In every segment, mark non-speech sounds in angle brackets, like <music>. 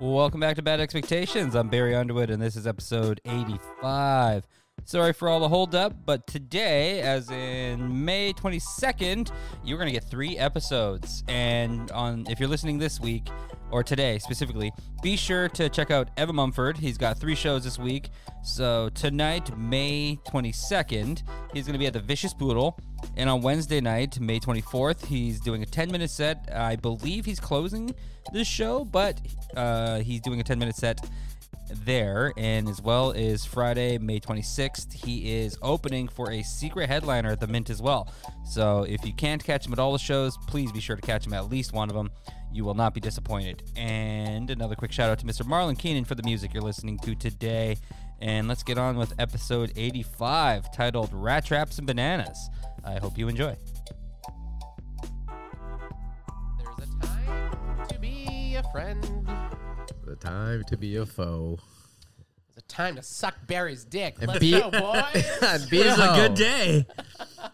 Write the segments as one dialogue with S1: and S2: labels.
S1: Welcome back to Bad Expectations. I'm Barry Underwood, and this is episode 85. Sorry for all the holdup, but today, as in May 22nd, you're going to get three episodes. And on if you're listening this week, or today specifically, be sure to check out Evan Mumford. He's got three shows this week. So tonight, May 22nd, he's going to be at the Vicious Poodle. And on Wednesday night, May 24th, he's doing a 10 minute set. I believe he's closing this show, but uh, he's doing a 10 minute set there and as well as friday may 26th he is opening for a secret headliner at the mint as well so if you can't catch him at all the shows please be sure to catch him at least one of them you will not be disappointed and another quick shout out to mr marlon keenan for the music you're listening to today and let's get on with episode 85 titled rat traps and bananas i hope you enjoy
S2: There's a time to be a friend. There's
S3: The time to be a foe.
S2: a time to suck Barry's dick.
S3: And
S2: Let's
S3: be-
S4: <laughs>
S2: go, boys.
S3: Bizzo.
S1: day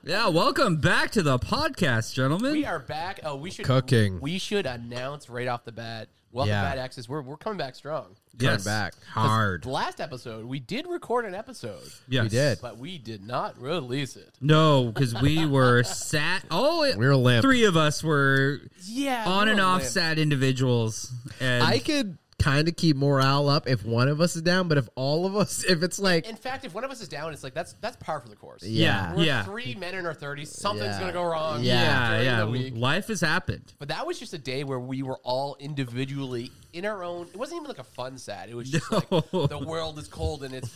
S1: yeah welcome back to the podcast gentlemen
S2: we are back. Oh, we should
S3: Cooking.
S2: We should announce right off the bat. Welcome
S3: Yeah.
S2: back, Axis. We're we're coming back strong.
S3: Turn
S4: Yes.
S3: back hard.
S2: The last episode, we did record an episode,
S4: Yes.
S3: We did.
S2: but we did not release it.
S4: No, because we were sat. Oh, it,
S3: We were limp.
S4: three of us were
S2: Yeah,
S4: on and off
S2: set.
S4: sad individuals. And
S3: I could kind of keep morale up if one of us is down, but if all of us, <laughs> if it's like,
S2: In fact, if one of us is down, it's like that's that's par for the course.
S3: yeah,
S4: Yeah.
S2: We're three men in our thirties. Something's
S3: Yeah.
S2: gonna go wrong.
S3: Yeah,
S4: yeah,
S2: during
S4: yeah,
S2: the week.
S4: life has happened.
S2: But that was just a day where we were all individually in our own. It wasn't even like a fun sad. It was
S3: <laughs>
S2: just
S4: No.
S2: like the world is cold and it's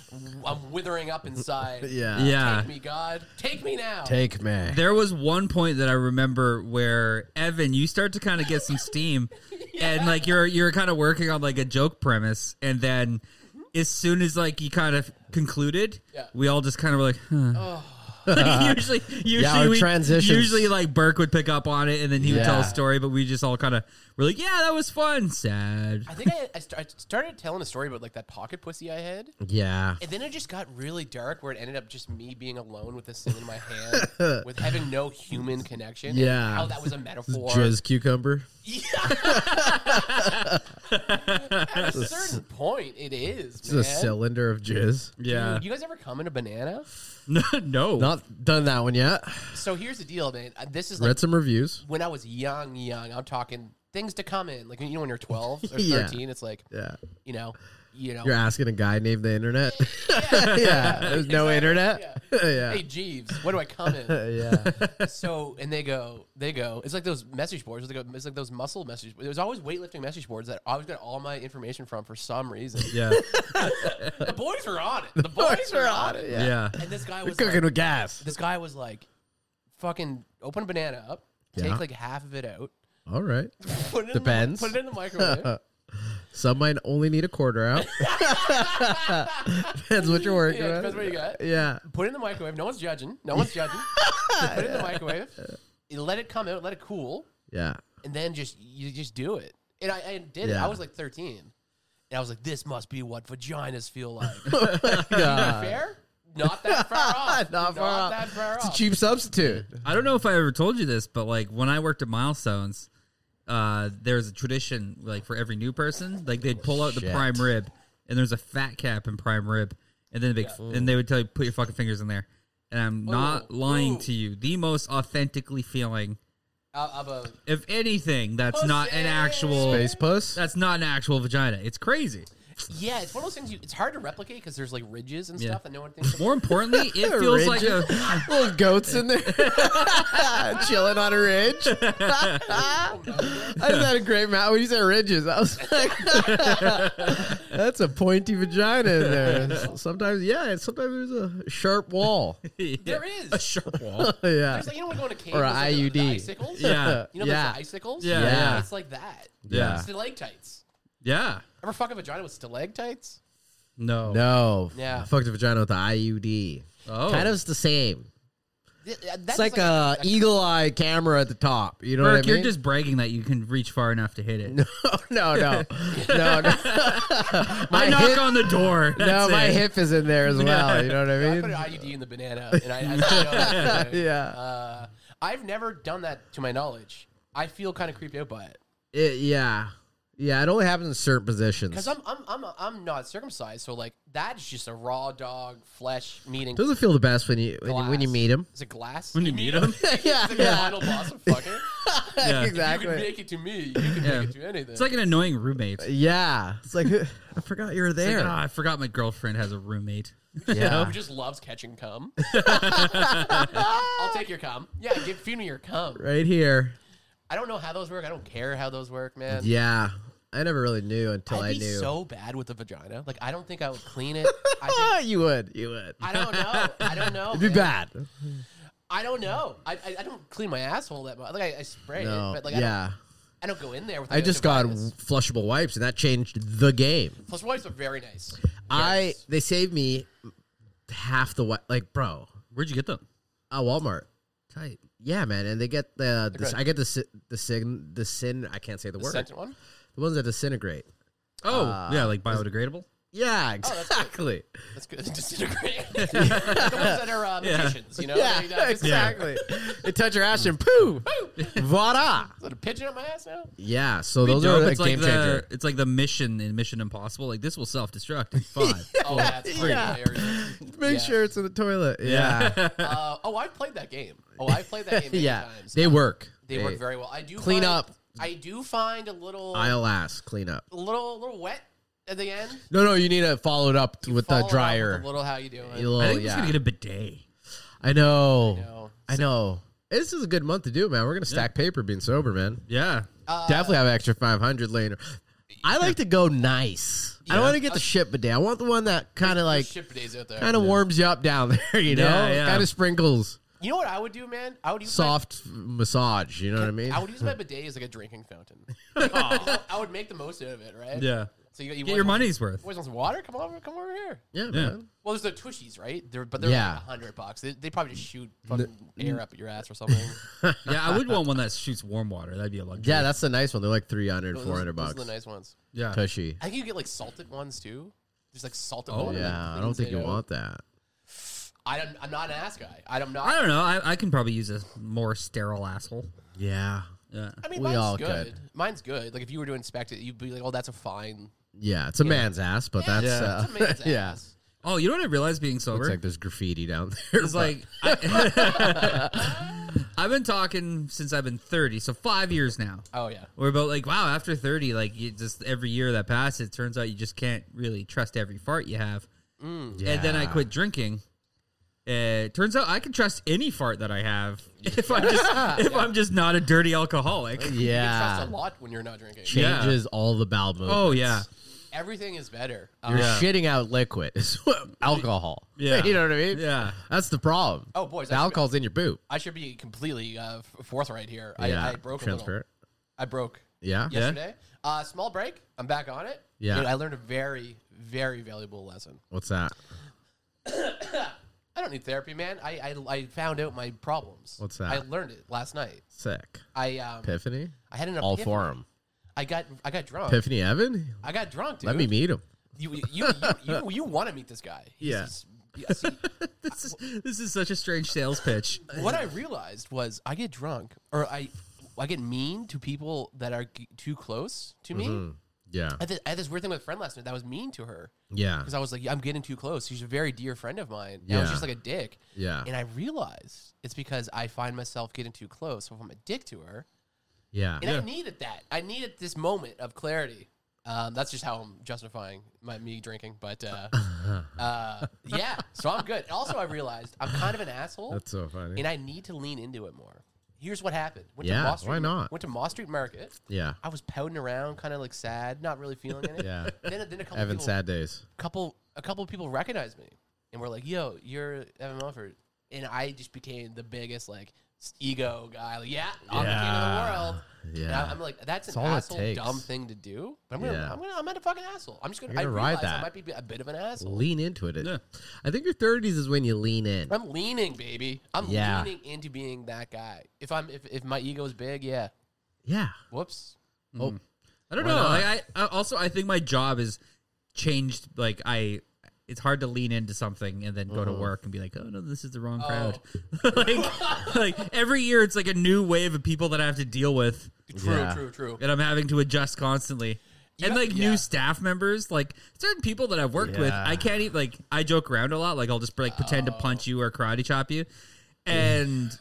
S2: I'm withering up inside.
S3: yeah,
S4: Yeah.
S2: Uh, Take me, God. Take me now.
S3: Take me.
S4: There was one point that I remember where Evan, you start to kind of get some steam, and like you're you're kind of working on like a joke premise, and then as soon as like you kind of concluded,
S2: Yeah. Oh.
S4: we all just kind of were like, huh. Like, <laughs> usually, usually
S3: our
S4: we
S3: transitions.
S4: usually like Burke would pick up on it, and then he would tell a
S3: Yeah.
S4: story, but we just all kind of were like, yeah, that was fun, sad.
S2: I think I, I, st- I started telling a story about like that pocket pussy I had,
S3: yeah.
S2: and then it just got really dark where it ended up just me being alone with this thing in my
S3: <laughs>
S2: hand, with having no human connection. and
S3: Yeah.
S2: how that was a metaphor.
S3: Jizz cucumber.
S2: Yeah. At a certain point, it is.
S3: It's
S2: man.
S3: a cylinder of jizz.
S4: Yeah,
S2: Dude, you guys ever come in a banana?
S4: no, <laughs> no.
S3: Not done that one yet.
S2: So here's the deal, man. Uh, This is like
S3: Read some reviews.
S2: when I was young, young. I'm talking things to come in. Like you know, when you're
S3: <laughs>
S2: 12 or
S3: Yeah.
S2: 13, it's like
S3: Yeah.
S2: you know, you know.
S3: You're asking a guy named the internet. <laughs> yeah. There's no
S2: Exactly,
S3: internet. <laughs> Yeah.
S2: Hey Jeeves, what do I come
S3: <laughs>
S2: in? <laughs>
S3: yeah.
S2: so and they go, they go. It's like those message boards. They go, it's like those muscle message. There's always weightlifting message boards that I always got all my information from for some reason.
S3: <laughs>
S4: yeah,
S2: the boys were on it. The, boys, were on it.
S4: yeah,
S2: And this guy
S3: We're
S2: was
S3: cooking
S2: like,
S3: with gas.
S2: this guy was like, fucking open a banana up,
S3: Yeah.
S2: take like half of it out,
S3: All right.
S2: put it
S3: Depends.
S2: In the, put it in the
S3: <laughs>
S2: microwave.
S3: Some might only need a
S2: <laughs>
S3: quarter out. depends what you're working
S2: Yeah,
S3: with.
S2: depends what you got.
S3: Yeah.
S2: Put it in the microwave. No one's judging. No one's judging. Put it
S3: <laughs>
S2: in the microwave. You let it come out. Let it cool,
S4: <laughs>
S3: Yeah.
S2: and then just you just do it. And I, I did it.
S3: Yeah.
S2: I was like 13, and I was like, "This must be what vaginas feel like."
S3: <laughs> Yeah.
S2: Fair? Not that far off.
S3: <laughs> Not far off.
S2: that far
S3: It's a
S2: off.
S3: cheap substitute.
S4: I don't know if I ever told you this, but like when I worked at Milestones, uh, there's a tradition like for every new person, like they'd pull out the
S3: Shit.
S4: prime rib, and there's a fat cap in prime rib, and then they and they would tell you put your fucking fingers in there. And I'm not
S2: Ooh.
S4: lying
S2: Ooh.
S4: to you, the most authentically feeling,
S2: Out of a
S4: if anything, that's not an
S2: Pussy.
S4: actual
S3: Space puss.
S4: that's not an actual vagina. It's crazy.
S2: yeah, it's one of those things. You, it's hard to replicate because there's like ridges and
S4: Yeah.
S2: stuff that no one thinks. About.
S4: More importantly, it feels like
S3: Ridges.
S4: <laughs> a
S3: Little goats in there, <laughs> chilling on a ridge. I <laughs> just had a great mouth when you said ridges. I was like, <laughs> that's a pointy vagina in there. Sometimes, yeah, sometimes there's a
S4: <laughs>
S3: sharp wall.
S2: There is.
S4: a sharp wall.
S3: yeah,
S2: There's like you know when going to cave
S3: Or a
S2: there's, like, the- the
S3: IUD.
S2: icicles.
S4: Yeah.
S2: You know
S3: Yeah.
S2: those icicles.
S4: Yeah,
S3: yeah.
S2: It's like that.
S4: Yeah.
S2: Stalactites.
S4: Yeah.
S2: Ever fuck a vagina with stalactites?
S4: No.
S3: No,
S2: Yeah.
S3: I fucked a vagina with the IUD.
S4: Oh.
S3: Kind of's the same.
S2: Th- uh, That's
S3: It's like, uh, a, eagle eye camera at the top. You know
S4: Burke,
S3: what I mean?
S4: you're just bragging that you can reach far enough to hit it.
S3: <laughs> no, no, no.
S4: <laughs>
S3: no.
S4: I
S3: My
S4: knock
S3: hip-
S4: on the door.
S3: <laughs> No,
S4: That's
S3: my
S4: it.
S3: hip is in
S4: <laughs>
S3: there as well. You know what I
S2: I
S3: mean?
S2: put an IUD in the banana, and I, I
S3: <laughs>
S2: don't know.
S3: Yeah.
S2: Uh, I've never done that to my knowledge. I feel kind of creeped out by it.
S3: It- yeah. Yeah, it only happens in certain positions.
S2: Because I'm, I'm, I'm, I'm not circumcised, so like that's just a raw dog flesh meeting.
S3: Doesn't feel the best when you when, you, when you
S2: glass. <laughs>
S3: meet him.
S2: Is it glass?
S4: When you
S2: <laughs>
S4: meet him.
S3: <laughs> yeah,
S2: It's like a final boss of
S3: <laughs>
S2: fucker.
S4: Yeah.
S2: You can
S3: exactly.
S2: make it to me. You can
S4: Yeah.
S2: make it to anything.
S4: It's like an annoying roommate. It's
S3: Yeah, it's like <laughs> I forgot you were
S4: like,
S3: there.
S4: "Ah, I forgot my girlfriend has a roommate.
S2: who
S3: yeah,
S2: just loves catching cum. I'll take your cum. Yeah, give feed me your cum.
S3: <laughs> right here.
S2: I don't know how those work. I don't care how those work, man.
S3: Yeah, I never really knew until
S2: I'd
S3: I
S2: be
S3: knew.
S2: so bad with the vagina. Like I don't think I would clean it. I, think,
S3: <laughs> <laughs> Ah, you would, you would.
S2: I don't know. I don't know.
S3: It'd be
S2: man. <laughs>
S3: bad.
S2: I don't know. I, I, I don't clean my asshole that much. Like I, I spray
S3: No,
S2: it, but like I, don't,
S3: yeah.
S2: I don't go in there. with
S3: I
S2: like, a
S3: just got
S2: device.
S3: flushable wipes, and that changed the game.
S2: plus wipes are very nice.
S3: I
S2: Yes.
S3: they saved me half the wi- like, bro,
S4: Where'd you get them?
S3: at Walmart.
S4: Tight.
S3: Yeah, man, and they get the, the
S2: good.
S3: I get the si- the sin the sin I can't say the
S2: the
S3: word
S2: scented one.
S3: the ones that disintegrate.
S4: Oh,
S3: Uh,
S4: yeah, like biodegradable.
S3: Yeah,
S2: Oh, that's good. <laughs> Oh,
S3: exactly.
S2: That's good.
S3: <laughs>
S2: Disintegrate. <laughs> the ones that are uh, magicians, you know.
S3: yeah,
S2: Like, uh,
S3: exactly. <laughs> they touch your ass and poo, voila.
S2: Is that a pigeon up my ass now?
S3: <laughs> Yeah, so those
S4: Dope,
S3: are a
S4: it's like
S3: game changer.
S4: the it's like the mission in Mission Impossible. Like this will self destruct
S3: <laughs>
S4: in five.
S2: Oh, that's pretty
S3: Yeah.
S2: hilarious.
S3: <laughs> Make
S2: yeah.
S3: sure it's in the toilet.
S4: <laughs>
S3: Yeah, <laughs> yeah,
S2: Uh, oh, I've played that game. Oh, I've played that game many times.
S3: they work.
S2: They work very well. I do
S3: Clean
S2: find-
S3: up.
S2: I do find a little,
S3: I'll ask clean up.
S2: a little, a little wet at the end.
S3: No, no, you need to follow it up with
S2: Follow it up
S3: the
S2: with
S3: dryer.
S2: a little, how you doing?
S3: You little-
S4: I think I'm
S3: yeah.
S4: just gonna get a bidet.
S3: I know.
S2: You know.
S3: I know. This is a good month to do, man. We're gonna stack paper being sober, man.
S4: Yeah.
S2: Uh,
S3: Definitely have an extra five hundred later. I like to go nice. I don't want to get the shit bidet. I want the one that kind of like
S2: There's shit bidets out there.
S3: kind of warms you up down <laughs> there. You know,
S4: Yeah, yeah.
S3: kind of sprinkles
S2: you know what I would do, man? I would use
S3: soft massage. You know what I
S2: My,
S3: mean?
S2: I would use
S3: <laughs>
S2: my bidet as like a drinking fountain. I would make the most out of it, right?
S4: Yeah.
S2: So you, you
S4: Get
S2: boys
S4: your
S2: want-
S4: money's
S3: <laughs>
S4: worth.
S2: Boys want some water? Come over, come over here.
S3: yeah, man.
S2: Well, there's the tushies, right? They're, but they're
S3: Yeah.
S2: like a hundred bucks. They, they probably just shoot fucking air up your ass or
S3: <laughs>
S2: something.
S4: Yeah, I would want one that shoots warm water. That'd be a luxury.
S3: Yeah, that's the nice one. They're like 300,
S2: Those-
S3: 400
S2: those are
S3: bucks.
S2: the nice ones.
S4: yeah.
S3: Tushy.
S2: I think you get like salted ones too. There's like salted.
S4: Oh,
S2: water that
S3: Yeah, I
S2: cleans
S3: don't think
S2: it
S3: you
S2: out.
S3: want that.
S2: I don't. I'm not an ass guy. I'm not.
S4: I don't know. I, I can probably use a more sterile asshole.
S3: Yeah.
S4: Yeah.
S2: I mean,
S3: We
S2: mine's
S3: all
S2: good.
S3: could.
S2: Mine's good. Like if you were to inspect it, you'd be like, "Oh, that's a fine."
S3: Yeah, it's a man's ass, but that's
S4: Yeah.
S3: uh,
S2: It's a man's
S3: <laughs> yeah.
S2: ass.
S4: Oh, you know what I realized being
S3: It's
S4: sober?
S3: like there's graffiti down <laughs> there.
S4: It's like I- <laughs> I've been talking since I've been 30, so five years now.
S2: Oh yeah.
S4: We're about like, wow, after 30, like you just every year that passes, it turns out you just can't really trust every fart you have. And then I quit drinking. Uh, turns out I can trust any fart that I have <laughs> if I'm just if I'm just not a dirty alcoholic.
S3: Yeah.
S2: Trust a lot when you're not drinking.
S4: Yeah.
S3: Changes all the bowel movements.
S4: Oh yeah,
S2: Everything is better. Um,
S3: You're
S4: Yeah.
S3: shitting out liquid. <laughs> It's alcohol.
S4: Yeah.
S3: <laughs> You know what I mean?
S4: yeah.
S3: That's the problem.
S2: Oh, boys,
S3: The
S2: I should-
S3: alcohol's in your poop.
S2: I should be completely uh, f- forthright here.
S3: yeah.
S2: I, I broke a little.
S3: Transparent.
S2: I broke
S3: Yeah.
S2: yesterday. Uh, small break. I'm back on it.
S3: Yeah.
S2: Dude, I learned a very, very valuable lesson.
S3: What's that?
S2: I don't need therapy, man. I, I, I found out my problems.
S3: What's that?
S2: I learned it last night.
S3: Sick.
S2: I um,
S3: Epiphany?
S2: I had an
S3: All
S2: epiphany.
S3: for him.
S2: I got I got drunk.
S3: Epiphany Evan?
S2: I got drunk, dude.
S3: Let me meet him.
S2: You you you,
S3: <laughs>
S2: you, you want to meet this guy? He's-
S3: Yeah.
S2: he's- yeah, see,
S4: This is this is such a strange sales pitch.
S2: what I realized was I get drunk or I I get mean to people that are g- too close to me.
S3: Mm-hmm. Yeah.
S2: I, had this, I had this weird thing with a friend last night that was mean to her
S3: Yeah.
S2: because I was like, I'm getting too close. She's a very dear friend of mine. And I was
S3: Yeah.
S2: just like a dick.
S3: Yeah.
S2: And I realized it's because I find myself getting too close. So if I'm a dick to her,
S3: Yeah.
S2: and I needed that. I needed this moment of clarity. Um, that's just how I'm justifying my me drinking, but
S3: <laughs>
S2: uh, uh, yeah. So I'm good. Also, I realized I'm kind of an asshole,
S3: That's so funny.
S2: and I need to lean into it more. Here's what happened. Went
S3: Yeah,
S2: to Moss Street,
S3: why not?
S2: Went to Moss Street Market.
S3: Yeah.
S2: I was pouting around, kind of like sad, not really
S3: <laughs>
S2: feeling anything.
S3: Yeah.
S2: Then, then a couple <laughs>
S3: Evan
S2: people,
S3: sad days.
S2: couple a couple of people recognized me and were like, "Yo, you're Evan Mumford," and I just became the biggest like s- ego guy. Like, yeah, I'm the king of the world.
S3: Yeah.
S2: And I- I'm like, that's an
S3: all it
S2: asshole,
S3: takes.
S2: dumb thing to do. But I'm gonna,
S3: Yeah.
S2: I'm gonna, I'm a fucking asshole. I'm just gonna,
S3: You're gonna
S2: I
S3: ride
S2: realize
S3: that.
S2: I might be a bit of an asshole.
S3: Lean into it.
S4: Yeah.
S3: I think your 30s is when you lean in.
S2: I'm leaning, baby. I'm
S3: Yeah.
S2: leaning into being that guy. If I'm, if, if my ego is big, yeah.
S3: Yeah.
S2: Whoops.
S3: Oh,
S4: I don't
S3: Why
S4: know.
S3: not?
S4: Like, I, I also I think my job is changed. Like I, it's hard to lean into something and then go
S3: Mm-hmm.
S4: to work and be like, oh no, this is the wrong crowd. <laughs> like, like every year it's like a new wave of people that I have to deal with,
S2: True,
S3: Yeah.
S2: true, true.
S4: and I'm having to adjust constantly. and like
S2: yeah.
S4: new staff members, like certain people that I've worked with,
S3: Yeah. Oh.
S4: I can't even like I joke around a lot. Like I'll just like pretend to punch you or karate chop you, and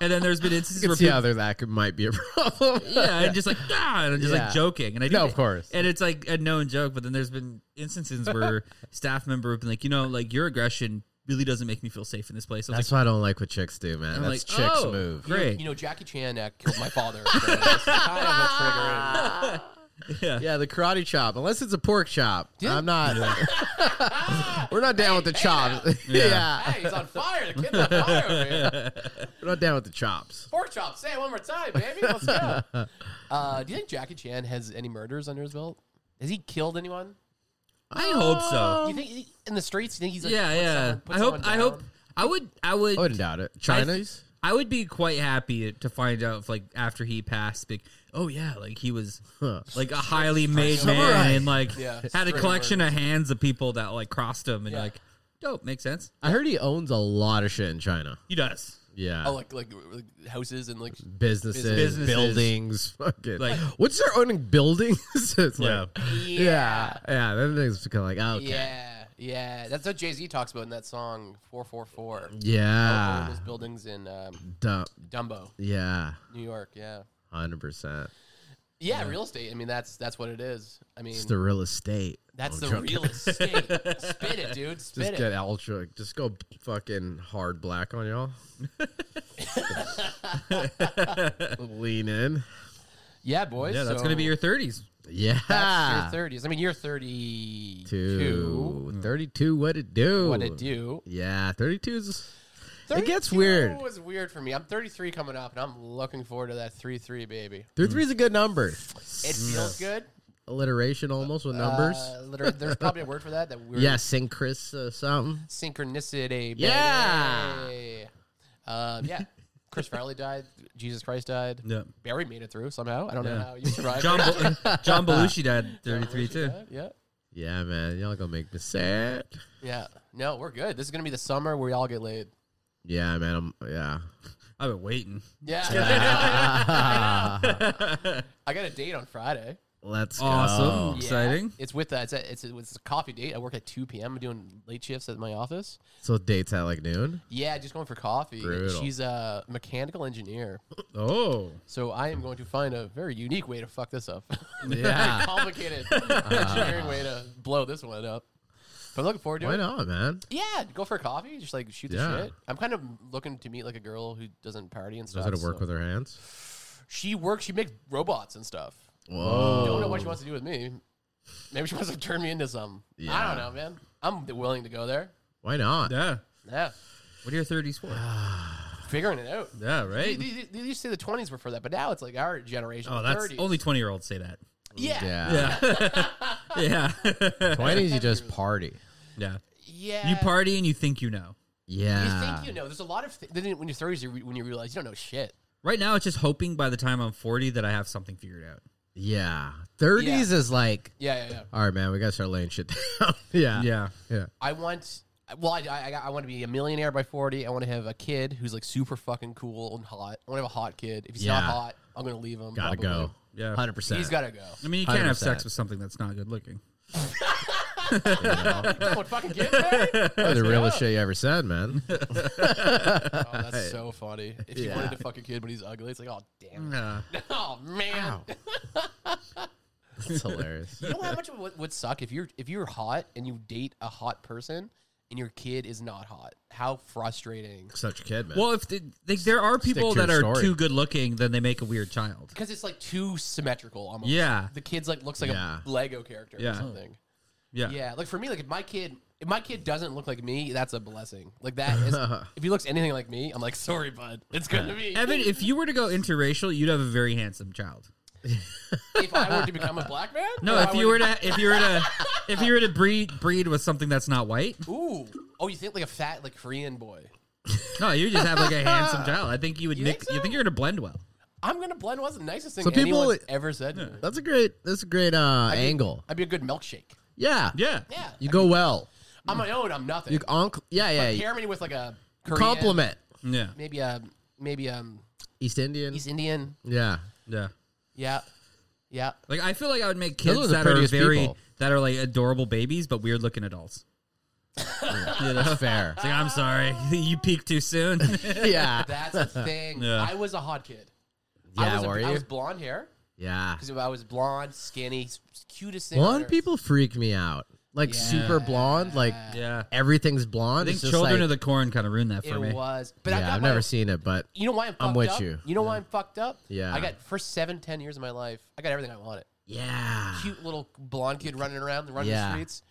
S4: and then
S3: <laughs>
S4: there's been instances
S3: You
S4: where
S3: can see
S4: people,
S3: how there that could, might be a <laughs> problem.
S4: yeah,
S3: <laughs>
S4: and just like ah, and I'm just
S3: Yeah.
S4: like joking, and I do
S3: No, of course.
S4: and it's like a known joke. But then there's been instances
S3: <laughs>
S4: where staff member have been like, you know, like your aggression really doesn't make me feel safe in this place. I was
S3: That's why I don't like what chicks do, man.
S4: I'm
S3: That's
S4: like,
S3: chicks
S4: oh.
S3: move.
S2: You know-
S4: Great.
S2: You know, Jackie Chan uh, killed my father. <laughs> so it's kind of a trigger.
S3: <laughs>
S4: like, yeah.
S3: Yeah, the karate chop. Unless it's a pork chop,
S2: Yeah.
S3: I'm not. we're not down with the chops. <laughs> Yeah.
S2: Hey, he's on fire. The kid's on fire over here.
S3: we're not down with the chops.
S2: Pork chop. Say it one more time, baby. Let's
S3: <laughs>
S2: go. Uh, do you think Jackie Chan has any murders under his belt? Has he killed anyone?
S4: I hope
S2: Do
S4: so.
S2: you think he- in the streets? You think he's like,
S4: Yeah,
S2: put
S4: yeah.
S2: someone- put
S4: I hope.
S2: someone
S4: I
S2: down?
S4: hope. I would. I would.
S3: I wouldn't doubt it. Chinese.
S4: I would be quite happy to find out if, like, after he passed, like, oh yeah, like he was
S3: Huh.
S4: like a highly made
S2: Samurai.
S4: man and like
S2: Yeah,
S4: had a
S2: straight
S4: collection of hands of people that like crossed him and
S2: Yeah.
S4: like, dope, makes sense.
S3: I heard he owns a lot of shit in China.
S4: He does.
S3: Yeah.
S2: Oh, like, like like houses and like.
S3: businesses,
S4: Businesses.
S3: buildings. Fucking.
S4: Like-
S3: what's their owning buildings? <laughs> it's like, yeah.
S2: Yeah.
S3: Yeah. That thing's kind of like, oh, okay. Yeah.
S2: Yeah. Yeah. That's what Jay Z talks about in that song Four Four Four.
S3: Yeah.
S2: Those buildings in um,
S3: Dumb.
S2: Dumbo,
S3: Yeah.
S2: New York. Yeah.
S3: 100%.
S2: Yeah, real estate. I mean, that's that's what it is. I mean,
S3: It's the real estate.
S2: that's
S3: I'm
S2: the
S3: joking.
S2: real estate. Spit it, dude.
S3: <laughs> Just
S2: Spit
S3: get
S2: it.
S3: ultra. Just go fucking hard black
S2: <laughs>
S3: on y'all. Lean in.
S2: Yeah, boys.
S4: Yeah, that's
S2: so
S4: gonna be your thirties.
S3: Yeah. Ah.
S2: That's your 30s. I mean, you're 32.
S3: Two. 32. What it do?
S2: What it do?
S3: Yeah. 32 is. It
S2: 32
S3: gets weird.
S2: was weird for me. I'm 33 coming up, and I'm looking forward to that 3 3, baby.
S3: 33 is a good number.
S2: It
S4: Mm.
S2: feels good.
S3: Alliteration almost with numbers.
S2: Uh, liter- there's probably a word for that. That weird
S3: yeah. Synchris uh, something.
S2: synchronicity.
S3: Yeah.
S2: baby. Um, yeah. Chris Farley died. Jesus Christ died.
S4: Yeah.
S2: Barry made it through somehow. I don't know
S4: Yeah.
S2: how you
S4: <laughs>
S2: survived. <laughs>
S4: John Bel-
S3: <laughs>
S4: John Belushi died thirty three too.
S2: Yeah.
S3: Yeah, man. Y'all gonna make me sad.
S2: Yeah. No, we're good. This is gonna be the summer where we all get laid.
S3: Yeah, man. I'm, yeah.
S4: I've been waiting.
S2: Yeah.
S4: <laughs>
S2: <laughs> I got a date on Friday.
S3: Let's go.
S4: Awesome. <laughs> Exciting.
S2: It's with uh, it's a, it's, a, it's a coffee date. I work at two p.m. I'm doing late shifts at my office.
S3: So dates at like noon.
S2: Yeah, just going for coffee.
S3: Brutal.
S2: She's a mechanical engineer,
S4: Oh,
S2: so I am going to find a very unique way to fuck this up.
S3: <laughs> Yeah. <laughs> Uh.
S2: Complicated engineering way to blow this one up. But I'm looking forward to
S3: Why
S2: it.
S3: not, man?
S2: Yeah, go for a coffee. Just like shoot the
S3: Yeah.
S2: shit. I'm kind of looking to meet like a girl who doesn't party and stuff.
S3: Knows how to work
S2: so-
S3: with her hands.
S2: She works. She makes robots and stuff.
S3: Whoa.
S2: Don't know what she wants to do with me. Maybe she wants to turn me into some. I
S3: Yeah.
S2: don't know, man. I'm willing to go there.
S3: Why not?
S4: yeah.
S2: Yeah,
S4: What are your thirties for?
S2: figuring it out.
S4: Yeah, right.
S2: They, they- they used to say the 20s were for that, but now it's like our generation.
S4: Oh, that's
S2: 30s.
S4: only twenty year olds say that.
S3: <laughs>
S2: yeah, yeah.
S3: Yeah.
S4: Yeah, <laughs> yeah,
S3: Twenties, you just party.
S4: yeah. You party and you think you know.
S2: You
S3: Yeah.
S2: think you know? There's a lot of th- then when you're 30s, you re- when you realize you don't know shit.
S4: Right now, it's just hoping by the time I'm 40 that I have something figured out.
S3: Yeah. Thirties is like,
S2: Yeah, yeah, yeah.
S3: all right, man. We gotta start laying shit <laughs> down. yeah.
S4: Yeah.
S3: Yeah.
S2: I want. Well, I, I, I want to be a millionaire by 40. I want to have a kid who's like super fucking cool and hot. I want to have a hot kid. If he's not
S3: Yeah.
S2: hot, I'm gonna leave him.
S3: Gotta
S2: probably.
S3: go.
S4: Yeah.
S3: Hundred percent.
S2: He's gotta go.
S4: I mean, you can't have
S3: 100%.
S4: sex with something that's not good looking.
S2: Someone fucking kids, man.
S3: the realest shit you ever said, man.
S2: Oh, that's so funny. If you wanted to fuck a kid but he's ugly, it's like, oh damn.
S4: Yeah.
S3: <laughs>
S2: Oh man. <laughs>
S3: That's hilarious.
S2: You know how much of what would suck if you're if you're hot and you date a hot person and your kid is not hot. How frustrating.
S3: Such a kid, man.
S4: Well, if they, they, there are people
S3: to
S4: that
S3: your
S4: are
S3: story.
S4: too good looking, then they make a weird child.
S2: Because it's like too symmetrical almost.
S4: Yeah.
S2: The kid's like looks like
S3: Yeah.
S2: a Lego character or
S4: Yeah.
S2: something.
S4: Yeah.
S2: Yeah. Like for me, like if my kid if my kid doesn't look like me, that's a blessing. Like that
S4: <laughs>
S2: is if he looks anything like me, I'm like, sorry, bud. It's good to be.
S4: Evan, if you were to go interracial, you'd have a very handsome child.
S2: if I were to become a black man?
S4: No,
S2: or I
S4: if you were to, if you were to, if you were to breed breed with something that's not white,
S2: Ooh. Oh, you think like a fat like Korean boy.
S4: no, you just have like a handsome child. I think you would.
S2: You
S4: nick,
S2: think so?
S4: You think you're gonna blend well?
S2: I'm gonna blend was the nicest thing
S3: So people-
S2: anyone's ever said to me.
S3: that's a great. That's a great uh, angle.
S2: I'd be a good milkshake.
S3: Yeah.
S4: Yeah.
S2: Yeah.
S3: You go well.
S2: on my own, I'm nothing.
S3: You onc. Yeah, yeah. you
S2: Pair me with like a Korean,
S3: compliment.
S4: Yeah.
S2: Maybe a maybe um
S3: East Indian.
S2: East Indian.
S3: yeah.
S4: Yeah.
S2: Yeah. Yeah.
S4: Like I feel like I would make
S3: Those
S4: kids
S3: are the
S4: that are
S3: prettiest
S4: very
S3: people.
S4: that are like adorable babies but weird looking adults. you know? It's
S2: <laughs>
S3: Fair.
S4: like I'm sorry, <laughs> you peaked too soon.
S3: yeah.
S2: That's
S3: <laughs>
S2: a thing.
S4: Yeah.
S2: I was a hot kid. I
S3: Yeah,
S2: was a-
S3: were
S2: I
S3: you?
S2: was blonde hair
S3: Yeah.
S2: because I was blonde, skinny, s- cutest thing. on
S3: Blonde
S2: earth.
S3: people freak me out. Like
S2: Yeah.
S3: super blonde. Like
S4: yeah.
S3: everything's
S4: <laughs> I
S3: blonde.
S4: think
S3: It's just
S4: Children
S3: like-
S4: of the Corn kind of ruined that for
S2: It
S4: me.
S2: was, but I
S3: Yeah,
S2: got
S3: I've
S2: my-
S3: never seen it, but
S2: You know why I'm fucked
S3: I'm with
S2: up?
S3: you.
S2: You know why I'm fucked up?
S3: Yeah.
S2: I got first seven, ten years of my life, I got everything I wanted.
S3: yeah.
S2: Cute little blonde kid running around, running
S3: Yeah.
S2: the streets.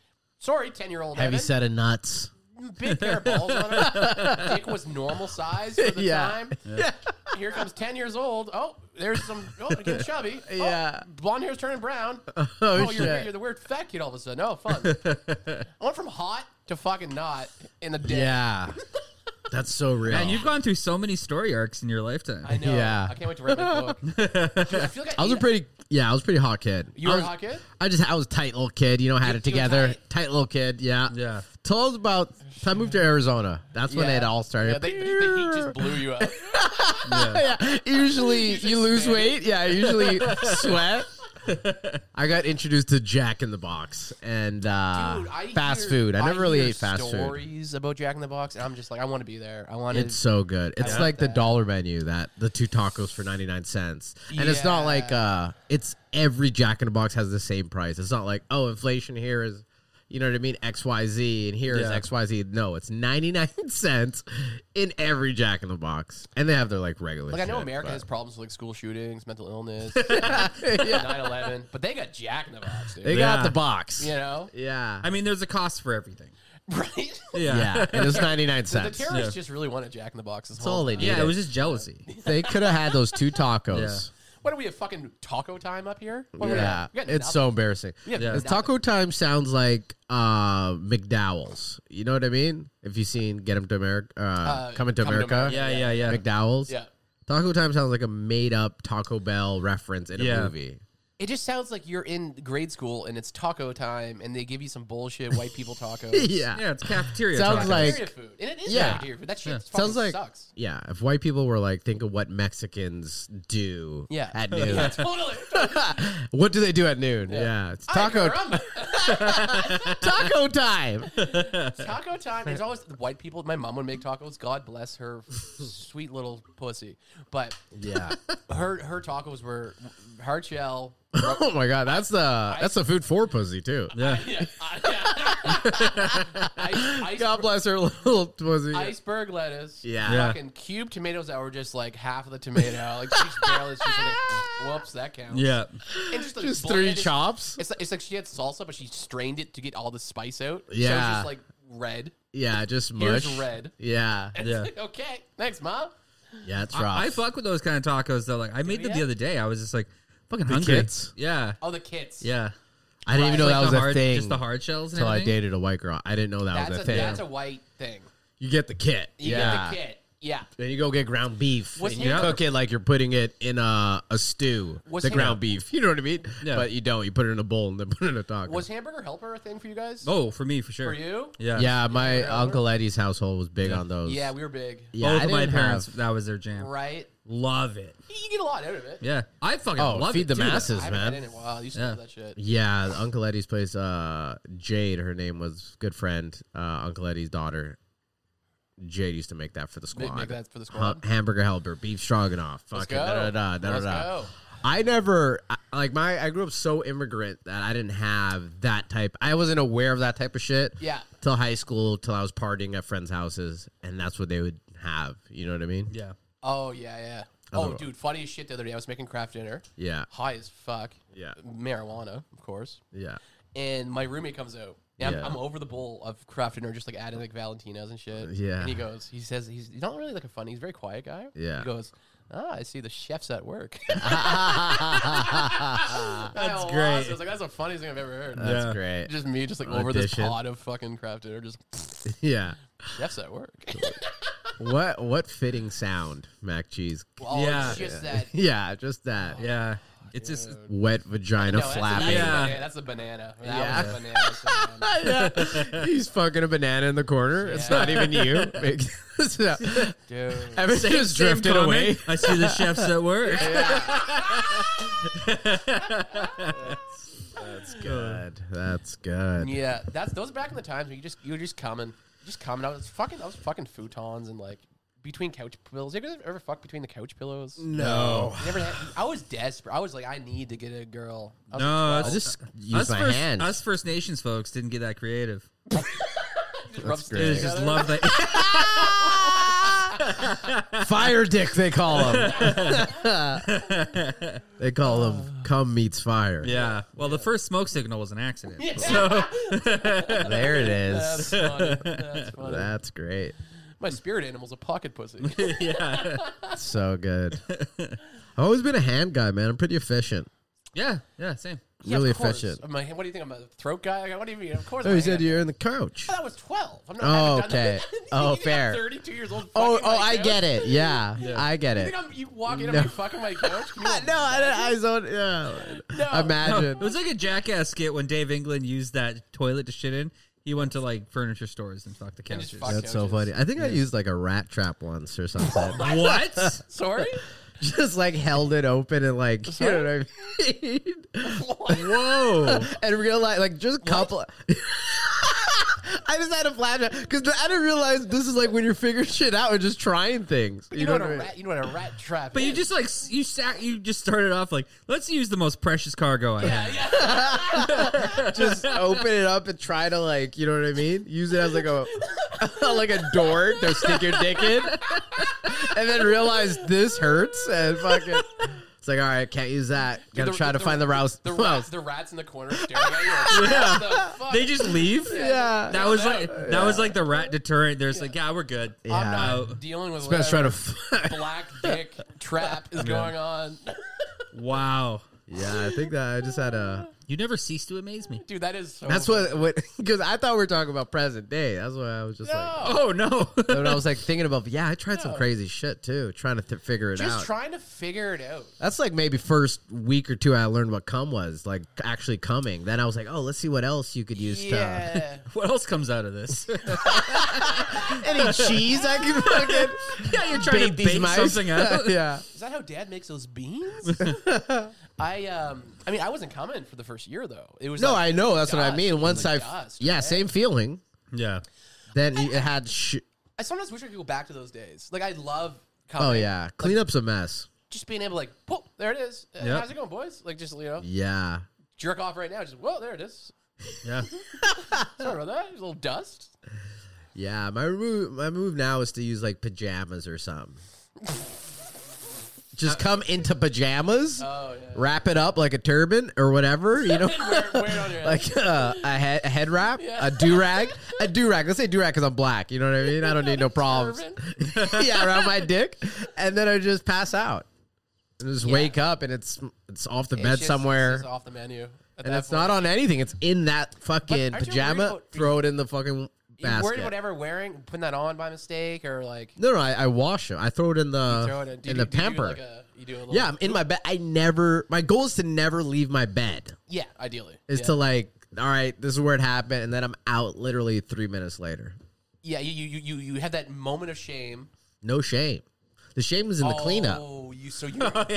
S2: Sorry, ten year old.
S3: Heavy
S2: Evan.
S3: set of nuts.
S2: Big pair of balls on
S3: <laughs>
S2: her. Dick was normal size for the
S3: Yeah.
S2: time. <laughs> Here comes ten years old. Oh, there's some. Oh, getting
S3: <laughs>
S2: chubby. Oh,
S3: Yeah.
S2: blonde hair's turning brown.
S3: <laughs> Oh,
S2: Oh,
S3: shit.
S2: you're, weird. you're the weird fat kid all of a sudden. Oh, fun.
S3: <laughs>
S2: I went from hot to fucking not in a day.
S3: yeah. <laughs> That's so real.
S4: Man, you've gone through so many story arcs in your lifetime.
S2: I know.
S3: Yeah.
S2: I can't wait to write my
S3: <laughs>
S2: book. I feel like
S3: I was a
S2: ate-
S3: pretty yeah, I was a pretty hot kid.
S2: You
S3: I
S2: were a
S3: was-
S2: hot kid?
S3: I just I was a tight little kid, you know, had
S2: You-
S3: it
S2: you were
S3: together.
S2: tight?
S3: Tight. little kid, yeah.
S4: Yeah.
S3: Till I was about till I moved to Arizona. That's when it all started.
S2: Yeah, they, the heat just blew you
S3: <laughs>
S2: up.
S3: yeah. Usually
S2: just
S3: you lose
S2: sweat.
S3: weight.
S2: <laughs>
S3: Yeah, usually sweat. I got introduced to Jack in the Box and uh,
S2: Dude, I
S3: fast
S2: hear-
S3: food. I never really
S2: hear
S3: ate fast food.
S2: Stories about Jack in the Box, and I'm just like, I want to be there. I want
S3: It's
S2: to.
S3: so good. It's
S2: love
S3: like the
S2: that.
S3: dollar menu that the two tacos for 99 cents. And it's not
S2: Yeah.
S3: like uh it's every Jack in the Box has the same price. It's not like, oh, inflation here is you know what I mean, XYZ and here is
S4: Yeah.
S3: XYZ. No, it's 99 <laughs> cents in every Jack in the Box. And they have their like regular
S2: Like I know
S3: shit,
S2: America
S3: but-
S2: has problems with like school shootings, mental
S3: <laughs>
S2: illness, 9/11, but they got Jack in the Box, dude.
S3: They
S4: Yeah.
S3: got the box.
S2: you
S3: <laughs>
S2: know,
S3: Yeah.
S4: I mean, there's a cost for everything.
S2: right?
S4: Yeah.
S3: Yeah, and it's 99
S2: the
S3: cents.
S2: terrorists
S4: yeah.
S2: just really wanted Jack in the Box. This
S3: That's all
S2: whole
S3: they
S2: time.
S4: <laughs>
S3: needed.
S4: Yeah, it was just jealousy.
S3: they could have had those two tacos.
S2: What do we have? Fucking taco time up here? What do
S3: Yeah,
S2: we have? We got
S3: it's
S2: nothing.
S3: so embarrassing.
S2: We have
S4: Yeah.
S3: Because
S2: nothing.
S3: taco time sounds like uh, McDowell's. You know what I mean? If you've seen Get 'Em to America, uh, Coming to
S2: Coming to
S3: America,
S4: Yeah, yeah, yeah.
S3: McDowell's.
S2: Yeah.
S3: Taco time sounds like a made up Taco Bell reference in a
S4: Yeah.
S3: movie.
S2: It just sounds like you're in grade school and it's taco time, and they give you some bullshit white people tacos.
S3: <laughs> yeah.
S4: Yeah, it's cafeteria.
S3: Sounds
S4: tacos.
S3: like-
S2: Cafeteria food, and it is
S3: Yeah.
S2: cafeteria food. That shit fucking
S3: Sounds like
S2: sucks. <laughs>
S3: yeah. If white people were like, think of what Mexicans do
S2: Yeah.
S3: at noon.
S2: Yeah, totally. totally.
S3: What do they do at noon? Yeah, it's taco <laughs>
S2: Caramba.
S3: taco time. <laughs>
S2: taco time. There's always the white people. My mom would make tacos. God bless her sweet little pussy. But
S3: yeah.
S2: her her tacos were hard shell.
S3: <laughs> Oh my god, that's the that's the food for pussy too.
S4: Yeah.
S2: Yeah, I- <laughs> Ice- ice-
S3: God bless her <laughs> little pussy.
S2: Iceberg lettuce.
S3: Yeah.
S4: Yeah.
S2: Fucking cube tomatoes that were just like half of the tomato. Like she's barely just like, whoops, that counts.
S4: Yeah.
S2: And just, like,
S3: Just
S2: bland-
S3: three
S2: it's-
S3: chops.
S2: <laughs> It's like, it's like she had salsa, but she strained it to get all the spice out. So it's
S3: Yeah.
S2: just like red.
S3: Yeah, just mush.
S2: Here's red.
S3: Yeah,
S4: Yeah.
S2: <laughs> okay. Thanks, mom.
S3: yeah, it's rough.
S4: I, I fuck with those kind of tacos though. Like I made them the
S2: ya?
S4: other day. I was just like fucking hungry.
S3: kids?
S4: Yeah.
S2: Oh, the kids.
S4: Yeah.
S3: I didn't even know
S4: Like
S3: that
S4: the
S3: was a
S4: hard,
S3: thing
S4: Just the hard shells. and
S3: until I
S4: everything.
S3: dated a white girl. I didn't know that
S2: That's
S3: was
S2: a,
S3: a thing.
S2: that's a white thing.
S3: you get the kit.
S2: You
S3: yeah.
S2: get the kit. Yeah.
S3: Then you go get ground beef.
S2: What's
S3: and you
S2: ham-
S3: cook it like you're putting it in a, a stew.
S2: What's
S3: the
S2: ham-
S3: ground beef. You know what I mean?
S4: Yeah.
S3: But you don't. You put it in a bowl and then <laughs> put it in a taco.
S2: Was hamburger helper a thing for you guys?
S4: Oh, for me for sure.
S2: For you?
S4: Yeah.
S3: yeah, my
S2: Hamburger.
S3: Uncle Eddie's household was big on those.
S2: Yeah, we were big.
S3: yeah
S4: Both
S3: I
S4: of my
S3: didn't
S4: parents,
S3: have-
S4: that was their jam.
S2: Right?
S4: Love it.
S2: You get a lot out of it.
S4: Yeah. I fucking
S3: Oh,
S4: love
S3: feed
S4: it.
S3: the
S4: too.
S3: masses,
S2: I haven't
S3: man.
S2: been in it in a while. I used to
S4: Yeah.
S2: love that shit.
S3: Yeah, Uncle Eddie's place. Uh, Jade, her name was good friend. Uh, Uncle Eddie's daughter. Jade used to make that for the
S2: Make,
S3: squad.
S2: make that for the
S3: Ha-
S2: squad.
S3: hamburger helper, beef stroganoff.
S2: Let's
S3: Fucking
S2: go.
S3: da da da da da.
S2: Let's
S3: da.
S2: go.
S3: I never I- like my. I grew up so immigrant that I didn't have that type. I wasn't aware of that type of shit.
S2: Yeah.
S3: Till high school, till I was partying at friends' houses, and that's what they would have. You know what I mean?
S4: Yeah.
S2: Oh, yeah, yeah. Oh, dude, funny as shit the other day. I was making craft dinner.
S3: Yeah.
S2: High as fuck.
S3: Yeah.
S2: Marijuana, of course.
S3: Yeah.
S2: and my roommate comes out. And
S3: Yeah.
S2: I'm, I'm over the bowl of craft dinner, just like adding like Valentinos and shit.
S3: Yeah.
S2: And he goes, he says, he's, he's not really like a funny, he's a very quiet guy.
S3: Yeah.
S2: He goes, ah, I see the chef's at work. <laughs>
S4: That's
S2: That's
S4: great.
S2: I was like, that's the funniest thing I've ever heard.
S3: That's
S4: Yeah.
S3: great.
S2: Just me, just like over this
S3: Audition.
S2: pot of fucking craft dinner, just
S3: <laughs> yeah.
S2: chef's at work. <laughs>
S3: What what fitting sound, Mac Cheese?
S2: well,
S4: Yeah.
S3: <laughs>
S2: it's just that
S4: Oh,
S3: Yeah, just that.
S4: Yeah. It's just
S3: Wet vagina
S2: No, that's a
S3: flapping.
S2: nice
S4: Yeah.
S2: banana. That's a banana. That
S3: Yeah.
S2: was a banana. sound.
S4: <laughs>
S3: Yeah. He's fucking a banana in the corner. It's
S2: Yeah.
S3: not even you. <laughs> so,
S2: Dude.
S3: Evan <laughs> just drifted
S4: Same
S3: away.
S4: comment. I see the chefs
S2: <laughs>
S4: at work.
S3: That's good. That's good.
S2: Yeah, that's those back in the times when you just you were just coming, just coming. I was fucking, I was fucking futons and like between couch pillows. You ever, ever fuck between the couch pillows?
S3: No.
S2: You Never. Had, I was desperate. I was like, I need to get a girl. I was
S4: No,
S2: like
S4: that's-
S3: I
S2: 12.
S3: just use
S4: us,
S3: my
S4: first,
S3: hand.
S4: us <laughs> First Nations folks didn't get that creative.
S2: Just rub
S3: that's
S2: sticks
S4: It was just
S3: great.
S2: together.
S4: love
S2: <laughs>
S4: that.
S3: Fire dick, they call him. they call him cum meets fire.
S4: yeah. Well, the first smoke signal was an accident.
S2: Yeah.
S3: <laughs>
S4: So
S3: There it
S2: That's
S3: is.
S2: funny. That's funny.
S3: <laughs> That's great.
S2: My spirit animal's a pocket
S3: <laughs>
S2: pussy. It's
S4: yeah,
S3: So good. I've always been a hand guy, man. I'm pretty efficient.
S4: yeah, yeah. Same.
S3: really
S2: of course.
S3: efficient.
S2: My, what do you think? I'm a throat guy. What do you mean? Of course.
S3: Oh,
S2: I'm
S3: you
S2: a
S3: said
S2: hand-
S3: you're in the couch.
S2: That was twelve. I'm not
S3: Oh,
S2: I haven't done
S3: okay.
S2: that. <laughs> You
S3: Oh,
S2: think I'm
S3: fair.
S2: Thirty-two years old.
S3: Oh,
S2: fucking
S3: oh,
S2: my
S3: I
S2: couch?
S3: get it. Yeah, I get
S2: You
S3: it.
S2: think I'm, you walk in,
S3: No.
S2: I'm like, fucking my couch. Can you
S3: <laughs> no, I, I don't. Yeah.
S2: No.
S4: No,
S3: Imagine.
S4: it was like a jackass skit when Dave England used that toilet to shit in. He went to like furniture stores and fucked the
S2: And just
S4: couches.
S2: fuck-
S3: That's so funny.
S2: couches.
S3: I think I used like a rat trap once or something.
S4: What?
S2: <laughs> Sorry.
S3: <laughs> Just like held it open and like, you know what I mean?
S4: Whoa!
S3: <laughs> and realize like just a couple. <laughs> I just had a flashback because I didn't realize this is like when you're figuring shit out and just trying things.
S2: You, know,
S3: what
S2: what
S3: I
S2: a
S3: mean?
S2: rat. You know what a rat trap.
S4: But you
S2: is.
S4: just like s- you sat. You just started off like, let's use the most precious cargo I have.
S3: just <laughs> open it up and try to like, you know what I mean? Use it as like a <laughs> like a door to stick your dick in, <laughs> and then realize this hurts and fucking. It's like, all right, can't use that.
S2: Dude,
S3: Gotta try to find the rouse.
S2: The,
S3: mouse.
S2: rats, the rats in the corner staring at
S4: <laughs>
S2: you. Like, yeah. The fuck?
S4: They just leave.
S3: yeah.
S4: That was like that was like the rat deterrent. There's like, yeah, we're good.
S3: Yeah.
S4: Uh,
S2: dealing with
S3: Best try
S2: whatever
S3: to. F-
S2: <laughs> black dick trap is going on.
S4: wow.
S3: <laughs> yeah, I think that I just had a.
S4: You never cease to amaze me.
S2: Dude, that is so.
S3: That's what what <laughs> because I thought we were talking about present day. That's why I was just like.
S2: No.
S4: Oh no. <laughs>
S3: But I was like thinking about, yeah, I tried some crazy shit too, trying to th- figure it
S2: Just
S3: out.
S2: trying to figure it out.
S3: That's like maybe first week or two I learned what cum was, like actually coming. Then I was like, oh, let's see what else you could use
S2: Yeah.
S4: what else comes out of this? <laughs>
S3: to any cheese I can fucking
S4: yeah, you're trying to bake
S3: mice.
S4: something
S3: <laughs>
S4: up.
S3: yeah.
S2: Is that how Dad makes those
S3: <laughs>
S2: beans? I um, I mean, I wasn't coming for the first year though. It was
S3: No,
S2: like
S3: I know that's what I
S2: dust. It
S3: mean.
S2: was
S3: Once I,
S2: like
S3: have
S2: dust,
S3: yeah,
S2: right?
S3: same feeling.
S4: yeah.
S3: Then you- it had sh-
S2: I sometimes wish I could go back to those days. Like I love. Coming.
S3: oh yeah, cleanup's a mess.
S2: just being able to like, whoop, there it is. Uh,
S4: Yep.
S2: How's it going, boys? Like just you know,
S3: Yeah,
S2: jerk off right now. Just whoa, there it is. <laughs>
S4: Yeah.
S2: Sorry about that. There's a little dust.
S3: yeah. My move, my move now is to use like pajamas or something. Just
S4: Uh,
S3: come into pajamas,
S2: Oh <laughs> yeah.
S3: wrap it up like a turban or whatever, you know.
S2: Wear, wear it on your head.
S3: like <laughs> uh, a, head, a head wrap, a do rag, a do rag. Let's say do rag because I'm black. You know what I mean? I don't
S2: <laughs>
S3: need no problems. <laughs>
S2: Urban.
S3: yeah, around my dick, and then I just pass out and just wake up, and it's it's off the
S2: It's
S3: bed
S2: just-
S3: somewhere,
S2: it's just off the menu. at
S3: and
S2: that
S3: it's not
S2: point.
S3: on anything. It's in that fucking
S2: aren't you
S3: pajama.
S2: worried about-
S3: throw it in the fucking
S2: You worried about
S3: basket.
S2: ever wearing putting that on by mistake or like
S3: No, no, I, I wash it. I throw it in the
S2: throw it in,
S3: in,
S2: do you-
S3: the
S2: do you do
S3: pamper.
S2: like a- you do a little,
S3: yeah, I'm in my bed. I never. My goal is to never leave my bed.
S2: yeah. Ideally,
S3: Is
S2: yeah.
S3: to like, all right, this is where it happened, and then I'm out literally three minutes later.
S2: yeah. You you you you have that moment of shame.
S3: No shame. The shame is in the cleanup.
S2: Oh, you so
S3: <laughs>
S2: you are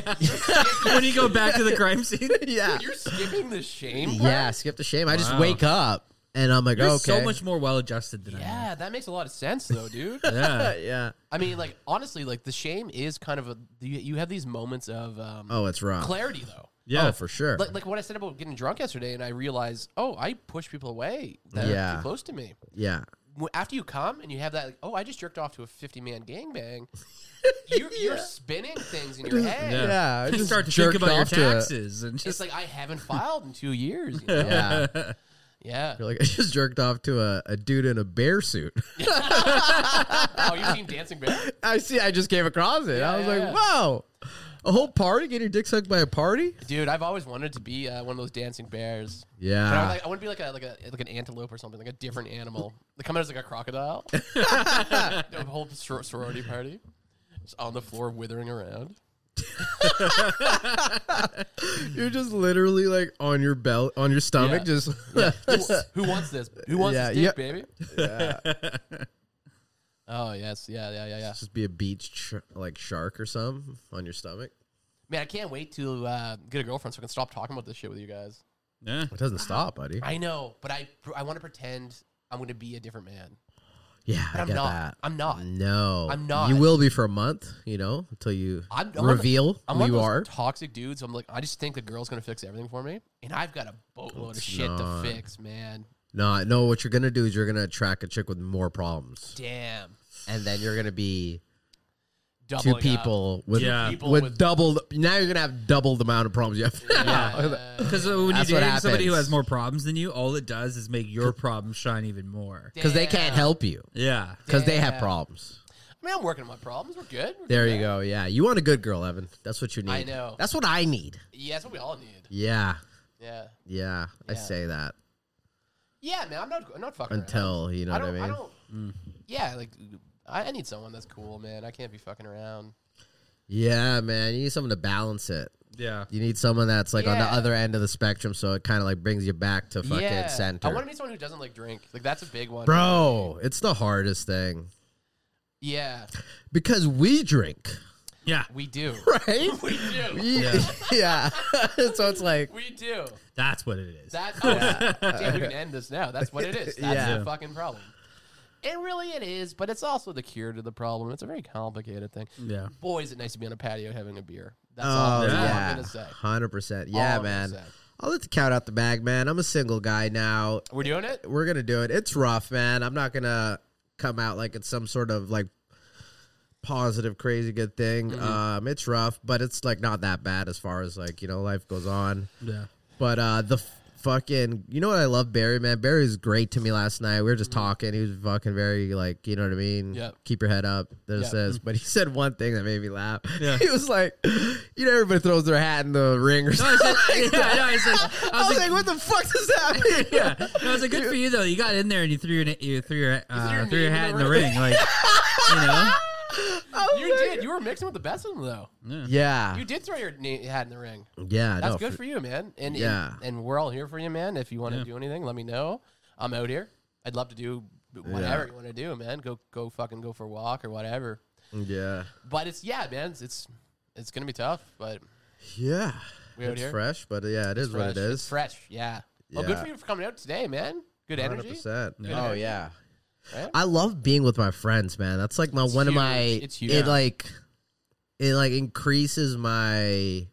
S4: when you go back to the crime scene,
S3: Yeah.
S2: <laughs> you're skipping the shame. part?
S3: Yeah, skip the shame. I just
S4: Wow.
S3: wake up and I'm like,
S4: you're
S3: okay.
S4: so much more well adjusted than I am.
S2: Yeah, that makes a lot of sense though, dude.
S4: Yeah.
S3: <laughs> <laughs> yeah. Oh,
S2: I mean, like honestly, like the shame is kind of a you, you have these moments of um,
S3: Oh, it's wrong.
S2: clarity though.
S4: Yeah.
S3: Oh, for sure.
S2: Like, like what I said about getting drunk yesterday, and I realized, oh, I push people away that are
S3: Yeah.
S2: too close to me.
S3: yeah.
S2: Wh- After you come and you have that, like, oh, I just jerked off to a fifty-man
S3: <laughs>
S2: gangbang. You're, you're spinning things in your head.
S4: Yeah.
S3: Yeah, I
S4: You
S3: just
S4: start to
S3: jerked
S4: think about your
S3: off to it.
S4: taxes and
S2: It's
S4: just
S2: like I haven't filed in two years.
S3: <laughs>
S2: you know?
S3: Yeah.
S2: Yeah.
S3: You're like, <laughs> I just jerked off to a, a dude in a bear suit. <laughs>
S2: Oh, you've seen Dancing Bear?
S3: I see. I just came across it. I was
S2: yeah,
S3: like,
S2: yeah.
S3: wow. A whole party? Get your dick sucked by a party?
S2: Dude, I've always wanted to be uh, one of those dancing bears. But I, would
S3: Yeah.
S2: like, I want to be like a like a like an antelope or something, like a different animal. They come out as like a
S3: <laughs>
S2: crocodile. a whole sor- sorority party, just on the floor withering around.
S3: You're just literally like on your belt, on your stomach,
S2: Yeah.
S3: <laughs> just.
S2: Who wants this? Who wants
S3: Yeah,
S2: this dick,
S3: yeah.
S2: baby? Oh yes, yeah, yeah, yeah, yeah.
S3: Just be a beach sh- like shark or something on your stomach.
S2: Man, I can't wait to uh, get a girlfriend so I can stop talking about this shit with you guys.
S4: Yeah.
S3: It doesn't stop, buddy.
S2: I know, but I I want to pretend I'm going to be a different man.
S3: Yeah, I
S2: I'm
S3: get
S2: not.
S3: that.
S2: I'm not.
S3: No,
S2: I'm not.
S3: You will be for a month, you know, until you
S2: I'm, I'm one of-
S3: reveal
S2: I'm
S3: who
S2: one of
S3: you
S2: those
S3: are.
S2: toxic dudes. I'm like, I just think the girl's going to fix everything for me, and I've got a boatload of
S3: It's
S2: shit
S3: not.
S2: to fix, man.
S3: No, no. What you're gonna do is you're gonna attract a chick with more problems,
S2: Damn.
S3: and then you're gonna be two
S2: Doubling up.
S3: people with
S4: Yeah.
S2: People
S3: with,
S2: with-
S3: double. Now you're gonna have double the amount of problems you have. <laughs>
S2: Yeah, yeah, yeah.
S4: Because when you
S3: That's what
S4: date somebody who
S3: happens.
S4: has more problems than you, all it does is make your problems shine even more.
S3: because they can't
S2: Damn.
S3: help you
S4: Yeah.
S3: because they have
S2: Damn.
S3: problems.
S2: I mean, I'm working on my problems. We're good. We're
S3: There
S2: good.
S3: you go. Yeah, you want a good girl, Evan. That's what you need.
S2: I know.
S3: That's what I need.
S2: Yeah, that's what we all need.
S3: Yeah,
S2: Yeah.
S3: yeah. I
S2: Yeah.
S3: say that
S2: Yeah, man. I'm not. I'm not fucking around.
S3: until you know
S2: I
S3: what I
S2: don't.
S3: mean. Mm.
S2: I don't. Yeah, like I, I need someone that's cool, man. I can't be fucking around.
S3: Yeah, man. You need someone to balance it.
S4: Yeah.
S3: You need someone that's like on the
S2: Yeah.
S3: other end of the spectrum, so it kind of like brings you back to fucking
S2: yeah.
S3: center.
S2: I want to meet someone who doesn't like drink. Like that's a big one,
S3: Bro, it's the hardest thing
S2: Yeah,
S3: because we drink, <laughs>
S4: Yeah.
S2: we do. <laughs>
S3: right?
S2: we do.
S3: We- <laughs> yeah. <laughs> so it's like,
S2: We do.
S4: That's what it <laughs> is.
S2: That's oh, yeah. Damn, we can end this now. That's what it is. That's
S3: Yeah.
S2: the fucking problem. And really, it is, but it's also the cure to the problem. It's a very complicated thing.
S4: yeah.
S2: Boy, is it nice to be on a patio having a beer. That's all
S3: oh
S2: I'm
S3: yeah,
S2: gonna say.
S3: hundred percent. Yeah,
S2: All I'm gonna
S3: man.
S2: say.
S3: I'll let the count out the bag, man. I'm a single guy now.
S2: We're doing it.
S3: We're gonna do it. It's rough, man. I'm not gonna come out like it's some sort of like positive, crazy good thing.
S2: Mm-hmm.
S3: Um, it's rough, but it's like not that bad as far as like you know life goes on.
S4: Yeah.
S3: But uh the f- fucking you know what I love Barry, man. Barry was great to me last night. We were
S2: Mm-hmm.
S3: just talking. He was fucking very like, you know what I mean?
S2: Yep.
S3: Keep your head up. There's
S2: Yep.
S3: this.
S2: <laughs>
S3: But he said one thing that made me laugh.
S4: Yeah.
S3: <laughs> He was like, you know, everybody throws their hat in the ring or
S4: I
S3: something.
S4: said- yeah, no, I was like, I
S3: I
S4: was
S3: was
S4: like,
S3: like, what the fuck does
S2: <laughs>
S3: that mean?
S4: yeah. No, I was like, good for you though. You got in there and you threw your you threw your
S2: threw
S4: uh,
S2: your
S4: threw your
S2: knee
S4: hat in the ring, like you know.
S2: You did. You were mixing with the best of them, though.
S3: <laughs> Yeah.
S2: You did throw your na- hat in the ring.
S3: Yeah.
S2: That's
S3: no,
S2: good
S3: for-
S2: for you, man. And
S3: Yeah.
S2: and, and we're all here for you, man. If you want to
S4: Yeah.
S2: do anything, let me know. I'm out here. I'd love to do whatever you want to do, man. Go go fucking go for a walk or whatever.
S3: Yeah.
S2: But it's yeah, man. It's it's, it's gonna be tough, but
S3: Yeah.
S2: we out
S3: it's
S2: here.
S3: fresh, but yeah, it is
S2: fresh.
S3: what it
S2: It's
S3: is.
S2: fresh. Yeah. Well, good
S3: Yeah.
S2: for you for coming out today, man. Good energy.
S3: 100%.
S4: Yeah.
S3: Oh, yeah.
S2: Right?
S3: I love being with my friends, man. That's like my one of my.
S2: huge. It's huge.
S3: It like, it like increases my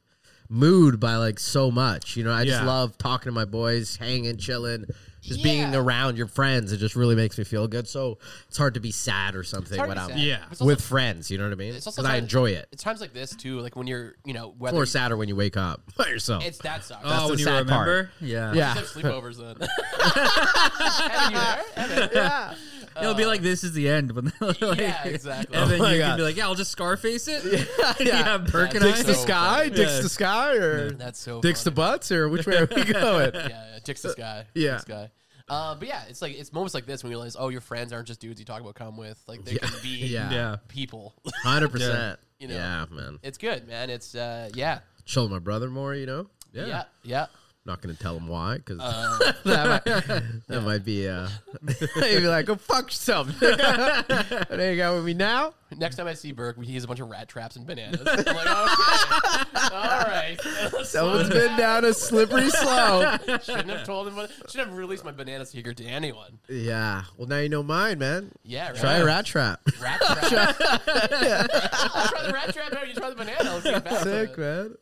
S3: mood by like so much. You know, I just
S4: Yeah.
S3: love talking to my boys, hanging, chilling, just being
S2: Yeah.
S3: around your friends. It just really makes me feel good. So it's hard to be sad or something
S2: hard to
S3: when
S2: be
S3: I'm
S2: sad.
S4: Yeah.
S2: But It's also,
S3: with friends. You know what I mean?
S2: it's also
S3: Because I
S2: times-
S3: enjoy it.
S2: It's times like this too, like when you're you know
S3: It's
S2: whether
S3: more sadder when you wake up <laughs> by yourself.
S2: it's that sucks.
S4: oh,
S3: the
S4: when you
S3: sad part.
S4: remember, yeah.
S3: yeah,
S2: Let's have sleepovers
S3: <laughs>
S2: then. Evan, you there? Evan?
S3: yeah.
S4: It'll be like this is the end <laughs> when like,
S2: Yeah, exactly.
S4: And then
S3: Oh my
S4: you
S3: God.
S4: can be like, yeah, I'll just scarface it.
S3: <laughs> yeah.
S4: <laughs> yeah, Birkin
S2: That's
S3: <laughs> Dicks
S4: eyes.
S3: the
S2: so
S3: sky,
S2: funny.
S3: dicks
S4: Yeah.
S3: the sky, or
S2: That's so.
S3: dicks the
S2: funny.
S3: butts, or which way are
S2: <laughs>
S3: we going?
S2: Yeah, yeah, dicks this guy.
S3: yeah.
S2: dicks guy. Uh, but yeah, it's like it's moments like this when you realize, oh, your friends aren't just dudes you talk about come with. Like they can be
S3: Yeah.
S4: Yeah.
S2: people. <laughs>
S3: Hundred percent.
S2: You know.
S3: Yeah, man.
S2: it's good, man. It's uh, yeah,
S3: Chill with my brother more. You know.
S2: yeah, yeah.
S3: Not gonna tell him why, because Uh, <laughs> that, might, <laughs> that might be. Uh, he'd be like, "Go fuck yourself." <laughs> there you go with me now.
S2: Next time I see Burke, he has a bunch of rat traps and bananas.
S3: <laughs>
S2: I'm like, okay, all right.
S3: Someone's <laughs> been down a slippery slope.
S2: Shouldn't have told him. But, should have released my banana secret to anyone.
S3: Yeah. Well, now you know mine, man.
S2: Yeah, right.
S3: Try a rat trap.
S2: Rat trap. I'll try the rat trap. No, you try the banana. Let's see if that's
S3: <laughs> Sick,
S2: it.
S3: man.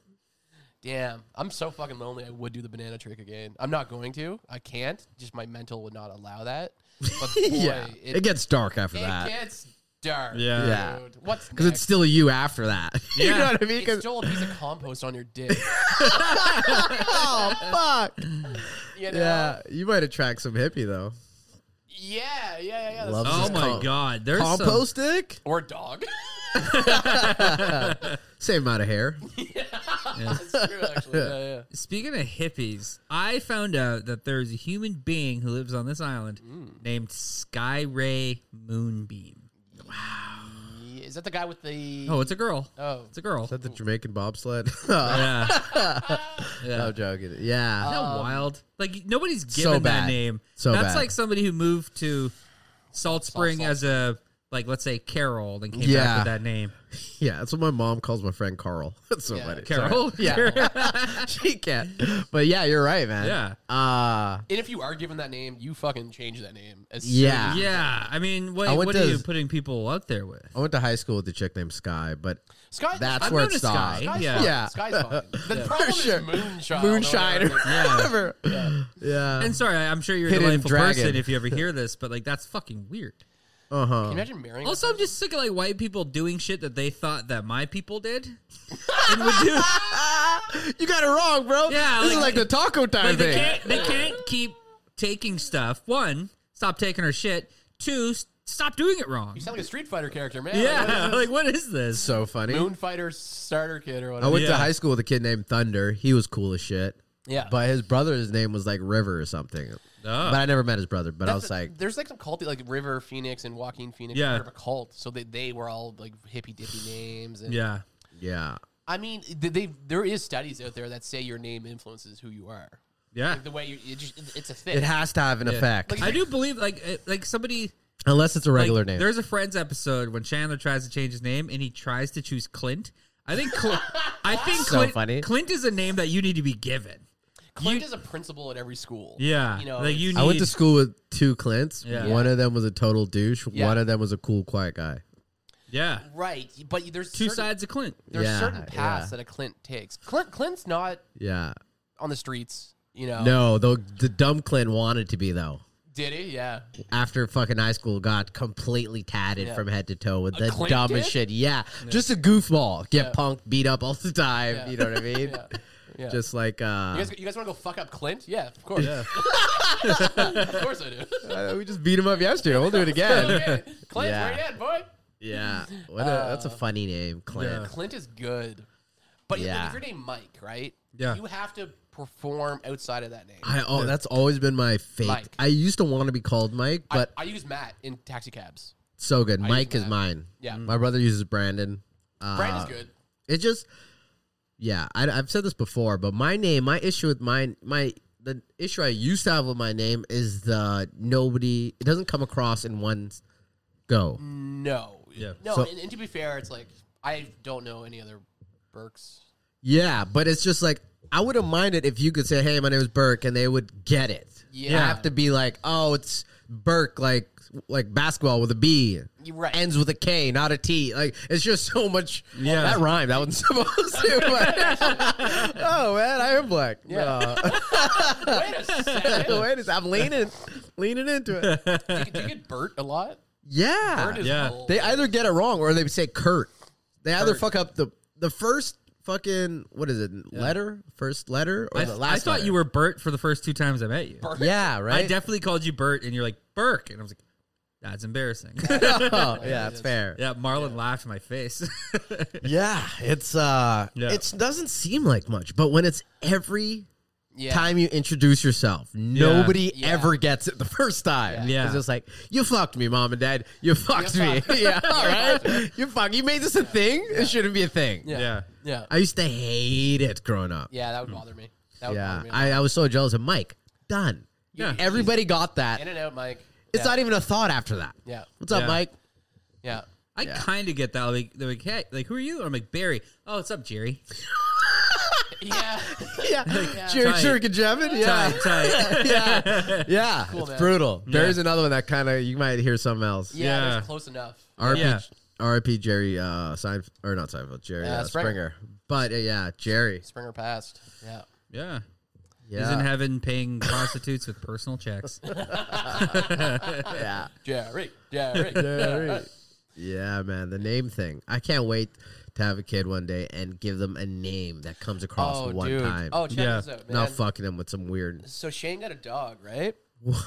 S2: Damn, I'm so fucking lonely. I would do the banana trick again. I'm not going to. I can't. Just my mental would not allow that.
S3: <laughs>
S2: But boy,
S3: <laughs> yeah.
S2: it,
S3: It, gets dark after
S2: it
S3: that
S2: gets dark.
S4: Yeah.
S3: Yeah.
S2: dude. What's
S3: because it's still you after that. <laughs> you
S4: Yeah.
S3: know what I mean? 'Cause-
S2: still a piece of compost on your
S3: <laughs>
S2: dick.
S3: oh fuck.
S2: You know?
S3: Yeah, you might attract some hippie though.
S2: Yeah. Yeah. Yeah. yeah, that's-
S3: Love
S4: Oh
S3: Just
S4: my
S3: com-
S4: God, there's some-
S3: Compost dick.
S2: Or a dog. <laughs>
S3: Same amount of hair.
S2: that's
S3: <laughs>
S2: true. Actually. Yeah. Yeah.
S4: Speaking of hippies, I found out that there's a human being who lives on
S3: Mm.
S4: this island named Sky Ray Moonbeam.
S2: Yeah. Is that the guy with the?
S4: Oh, it's a girl.
S2: Oh.
S4: It's a girl.
S3: Is that the Jamaican bobsled? <laughs> no,
S4: yeah. yeah. Uh,
S3: I'm joking. Yeah.
S4: Isn't that wild? Like nobody's
S3: Um, so
S4: given
S3: bad.
S4: that name.
S3: So
S4: that's
S3: bad.
S4: like somebody who moved to Salt Spring
S2: Salt
S4: as a like let's say Carol and came
S3: Yeah.
S4: back with that name.
S3: Yeah, that's what my mom calls my friend Carl. <laughs> That's so
S2: Yeah.
S3: funny. <laughs>
S4: Carol. Yeah.
S3: Sorry. <laughs> she can't. But yeah, you're right, man.
S4: Yeah.
S3: Uh
S2: and if you are given that name, you fucking change that name. As soon
S3: yeah.
S4: <laughs> yeah. I mean, what
S3: I went
S4: what
S3: to-
S4: are you putting people out there with?
S3: I went to high school with a chick named Sky, but
S2: Sky,
S3: that's
S2: Sky-
S3: where it
S4: known as
S3: stopped.
S4: Sky.
S2: Sky's
S4: Yeah.
S2: fine.
S3: Yeah.
S2: Sky's
S3: <laughs>
S2: fine. The problem
S3: sure.
S2: is moonshine.
S3: Moonshiner. Whatever. Yeah.
S4: And sorry, I- I'm sure you're a
S3: Um, Hidden
S4: delightful
S3: dragon.
S4: person if you ever
S3: <laughs>
S4: hear this, but like that's fucking weird.
S3: Uh huh.
S2: Can you imagine marrying?
S4: Also, I'm just sick of like white people doing shit that they thought that my people did and would do.
S3: Ah, You got it wrong, bro.
S4: Yeah,
S3: This is like
S4: like-
S3: the taco time
S4: Like, they
S3: thing.
S4: can't they can't keep taking stuff. One, stop taking her shit. Two, s- stop doing it wrong.
S2: You sound like a Street Fighter character, man.
S4: Yeah, <laughs> like what is this?
S3: So funny.
S2: Moon Fighter starter kid or
S3: I
S2: whatever.
S3: went to
S4: Yeah.
S3: high school with a kid named Thunder. He was cool as shit.
S2: yeah.
S3: But his brother's name was like River or something.
S4: Oh.
S3: But I never met his brother. But I was
S2: the-
S3: like,
S2: there's like some cult like River Phoenix and Joaquin Phoenix
S4: Yeah.
S2: yeah. of a cult. So they, they were all like hippy dippy names. And
S4: yeah.
S3: yeah.
S2: I mean, they, they there is studies out there that say your name influences who you are.
S4: Yeah.
S2: Like the way you, it just, it's a thing.
S3: It has to have an effect.
S2: Like-
S4: I do believe like uh, like somebody
S3: Unless it's a
S4: like,
S3: regular name.
S4: There's a Friends episode when Chandler tries to change his name and he tries to choose Clint. I think
S3: <laughs>
S4: Clint, I think
S3: So
S4: Clint,
S3: funny.
S4: Clint is a name that you need to be given.
S2: Clint
S4: you-
S2: is a principal at every school.
S4: Yeah.
S2: You know,
S4: like you need
S3: I went to school with two Clints.
S4: Yeah.
S3: One of them was a total douche.
S2: Yeah.
S3: One of them was a cool, quiet guy.
S4: Yeah.
S2: right. But there's
S4: Two
S2: certain,
S4: sides of Clint.
S2: There's
S3: Yeah,
S2: certain paths
S3: yeah.
S2: that a Clint takes. Clint Clint's not
S3: Yeah.
S2: on the streets. You know.
S3: No, the, the dumb Clint wanted to be, though.
S2: Did he? Yeah.
S3: After fucking high school, got completely tatted
S2: Yeah.
S3: from head to toe with the
S2: Clint
S3: dumbest
S2: did?
S3: shit. Yeah. Just a goofball. Get
S2: Yeah.
S3: punked, beat up all the time.
S2: Yeah.
S3: You know what I
S2: <laughs>
S3: mean?
S2: Yeah. Yeah.
S3: Just like,
S2: You
S3: uh,
S2: guys, you guys want to go fuck up Clint? Yeah, of course. <laughs> of course I do.
S3: uh, <laughs> we just beat him up yesterday. We'll do
S2: <laughs>
S3: it again.
S2: Okay, Clint,
S3: Yeah.
S2: where you at, boy?
S3: <laughs> yeah. What a, that's
S2: Uh,
S3: a funny name, Clint.
S2: Clint is good. But
S3: Yeah.
S2: if your name Mike, right?
S4: Yeah.
S2: You have to perform outside of that name. I,
S3: I oh, that's always been my fate.
S2: Mike.
S3: I used to want to be called Mike, but
S2: I use Matt in taxi cabs.
S3: so good. Mike
S2: use
S3: is
S2: Matt.
S3: mine.
S2: Yeah.
S3: my brother uses Brandon. Uh,
S2: Brand is good.
S3: It just, yeah, I, I've said this before, but my name, my issue with mine, my the issue I used to have with my name is the nobody. It doesn't come across in one go.
S2: Mm. No.
S4: Yeah.
S2: No,
S3: So-
S2: and, and to be fair, it's like I don't know any other Burks.
S3: Yeah, but it's just like I would have minded if you could say, "Hey, my name is Burke," and they would get it.
S2: Yeah.
S3: I have to be like, "Oh, it's Burke," like like basketball with a B.
S2: You're right.
S3: Ends with a K, not a T. Like it's just so much.
S4: Yeah.
S3: that rhyme. That wasn't <laughs> supposed to.
S4: <laughs>
S3: but- oh man, I am black.
S2: Yeah. <laughs> Wait a
S3: No. <laughs>
S2: second.
S3: Wait, a sec, I'm leaning, leaning into it.
S2: do, you, do you get Bert a lot?
S3: Uh, Yeah,
S2: Bert is
S4: Yeah.
S2: old.
S3: they either get it wrong or they say Kurt. They either
S2: Kurt.
S3: fuck up the the first fucking what is it letter first letter or
S4: I,
S3: the
S4: I
S3: last.
S4: thought
S3: letter?
S4: you were Bert for the first two times I met you.
S2: Bert.
S3: <laughs> Yeah, right.
S4: I definitely called you Bert, and you're like Burke, and I was like, that's embarrassing.
S3: oh,
S2: it
S4: <laughs>
S3: yeah, it's
S2: is.
S3: fair.
S4: yeah,
S3: Yeah,
S4: Marlon laughed in my face. <laughs>
S3: it's uh,
S4: Yeah.
S3: it doesn't seem like much, but when it's every
S2: Yeah.
S3: time you introduce yourself, nobody
S2: Yeah.
S3: ever gets it the first time.
S4: Yeah.
S3: it's just like you fucked me, mom and dad. You
S2: <laughs>
S3: fucked
S2: You
S3: <laughs> me.
S2: fucked.
S3: yeah, all right. You fuck. You made this a thing. It shouldn't be a thing.
S2: Yeah.
S4: yeah.
S2: Yeah.
S3: I used to hate it growing up.
S2: Yeah, that would bother me. That would
S3: Yeah,
S2: bother me. a lot.
S3: I, I was so jealous of Mike. Done.
S4: Yeah.
S3: Everybody got that.
S2: In and out, Mike.
S3: It's
S2: yeah.
S3: not e- even a thought after that.
S2: Yeah.
S3: What's up,
S4: Yeah.
S2: <laughs>
S3: Mike?
S2: Yeah.
S4: I kind of get that. Like, they're like, hey, like, who are you? I'm like, Barry. Oh, what's up, Jerry?
S2: Yeah.
S3: Yeah, Jerry
S4: Tight.
S3: Jerry Kajevin. Yeah.
S4: Tight, tight.
S2: <laughs>
S3: <laughs> yeah, yeah, it's
S2: man.
S3: brutal. There's another one that kind of you might hear something <laughs> else.
S2: Yeah.
S4: Yeah.
S2: That's close enough.
S3: RP,
S4: Yeah.
S3: RP Jerry uh, Seinfeld or not Seinfeld, Jerry
S2: Uh,
S3: uh, Springer.
S2: Springer.
S3: But uh, yeah, Jerry.
S2: Springer passed. Yeah.
S4: <laughs> yeah. He's in
S3: Yeah,
S4: heaven paying prostitutes with personal checks.
S3: yeah,
S2: Jerry.
S3: <laughs>
S2: Jerry. <laughs>
S3: Jerry. yeah, man. The name thing. I can't wait to have a kid one day and give them a name that comes across
S2: Oh,
S3: one
S2: dude.
S3: time.
S2: Oh, check
S4: Yeah.
S2: this out, man.
S3: not fucking them with some weird.
S2: So Shane got a dog, right?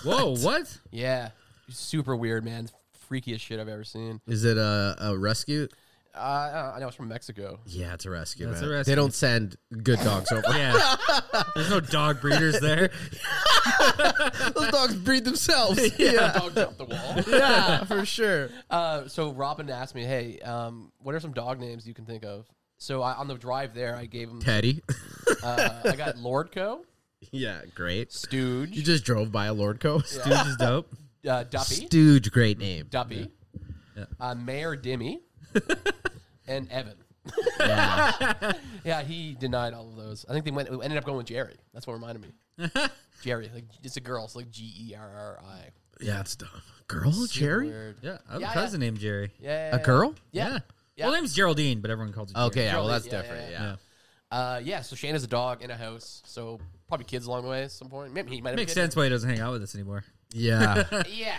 S4: Whoa, what?
S2: Yeah. Super weird, man. Freakiest shit I've ever seen.
S3: Is it a, a rescue?
S2: Uh, I don't know. I know it's from Mexico.
S3: Yeah, it's a rescue.
S4: That's
S3: man.
S4: a
S3: They
S4: rescue.
S3: don't send good dogs
S2: <laughs>
S3: over.
S4: Yeah. There's no dog breeders there.
S3: Those dogs breed themselves.
S2: The
S3: <laughs> yeah.
S2: dog jumped the <laughs> wall.
S3: yeah, for sure.
S2: Uh, so Robin asked me, "Hey, um, what are some dog names you can think of?" So I, on the drive there, I gave him.
S3: Teddy. <laughs>
S2: Uh, I got Lordco,
S3: yeah, great. You
S2: Stooge,
S3: just drove by a Lordco.
S4: Dude is dope.
S2: uh, Duppy,
S3: Stooge,
S2: <laughs>
S3: great name.
S2: Duppy, Uh, Mayor Dimmy, and Evan. yeah, he denied all of those. I think they went ended up going with Jerry. That's what reminded me. Jerry, like it's a girl, it's like G E R R I.
S3: Yeah, it's dumb. Girl, Jerry?
S2: Weird.
S4: Yeah. I have
S2: Yeah,
S4: a cousin named Jerry.
S2: Yeah,
S3: A girl?
S2: Yeah. Yeah.
S4: Well, name's Geraldine, but everyone calls it. Jerry.
S3: Okay, yeah, well, that's
S2: Yeah, yeah,
S3: different.
S2: yeah.
S3: Yeah.
S2: Uh, yeah. So Shane is a dog in a house. So probably kids along the way at some point. Maybe he might have
S4: Makes
S2: a kid.
S4: sense why he doesn't hang out with us anymore.
S3: Yeah.
S2: <laughs> Yeah.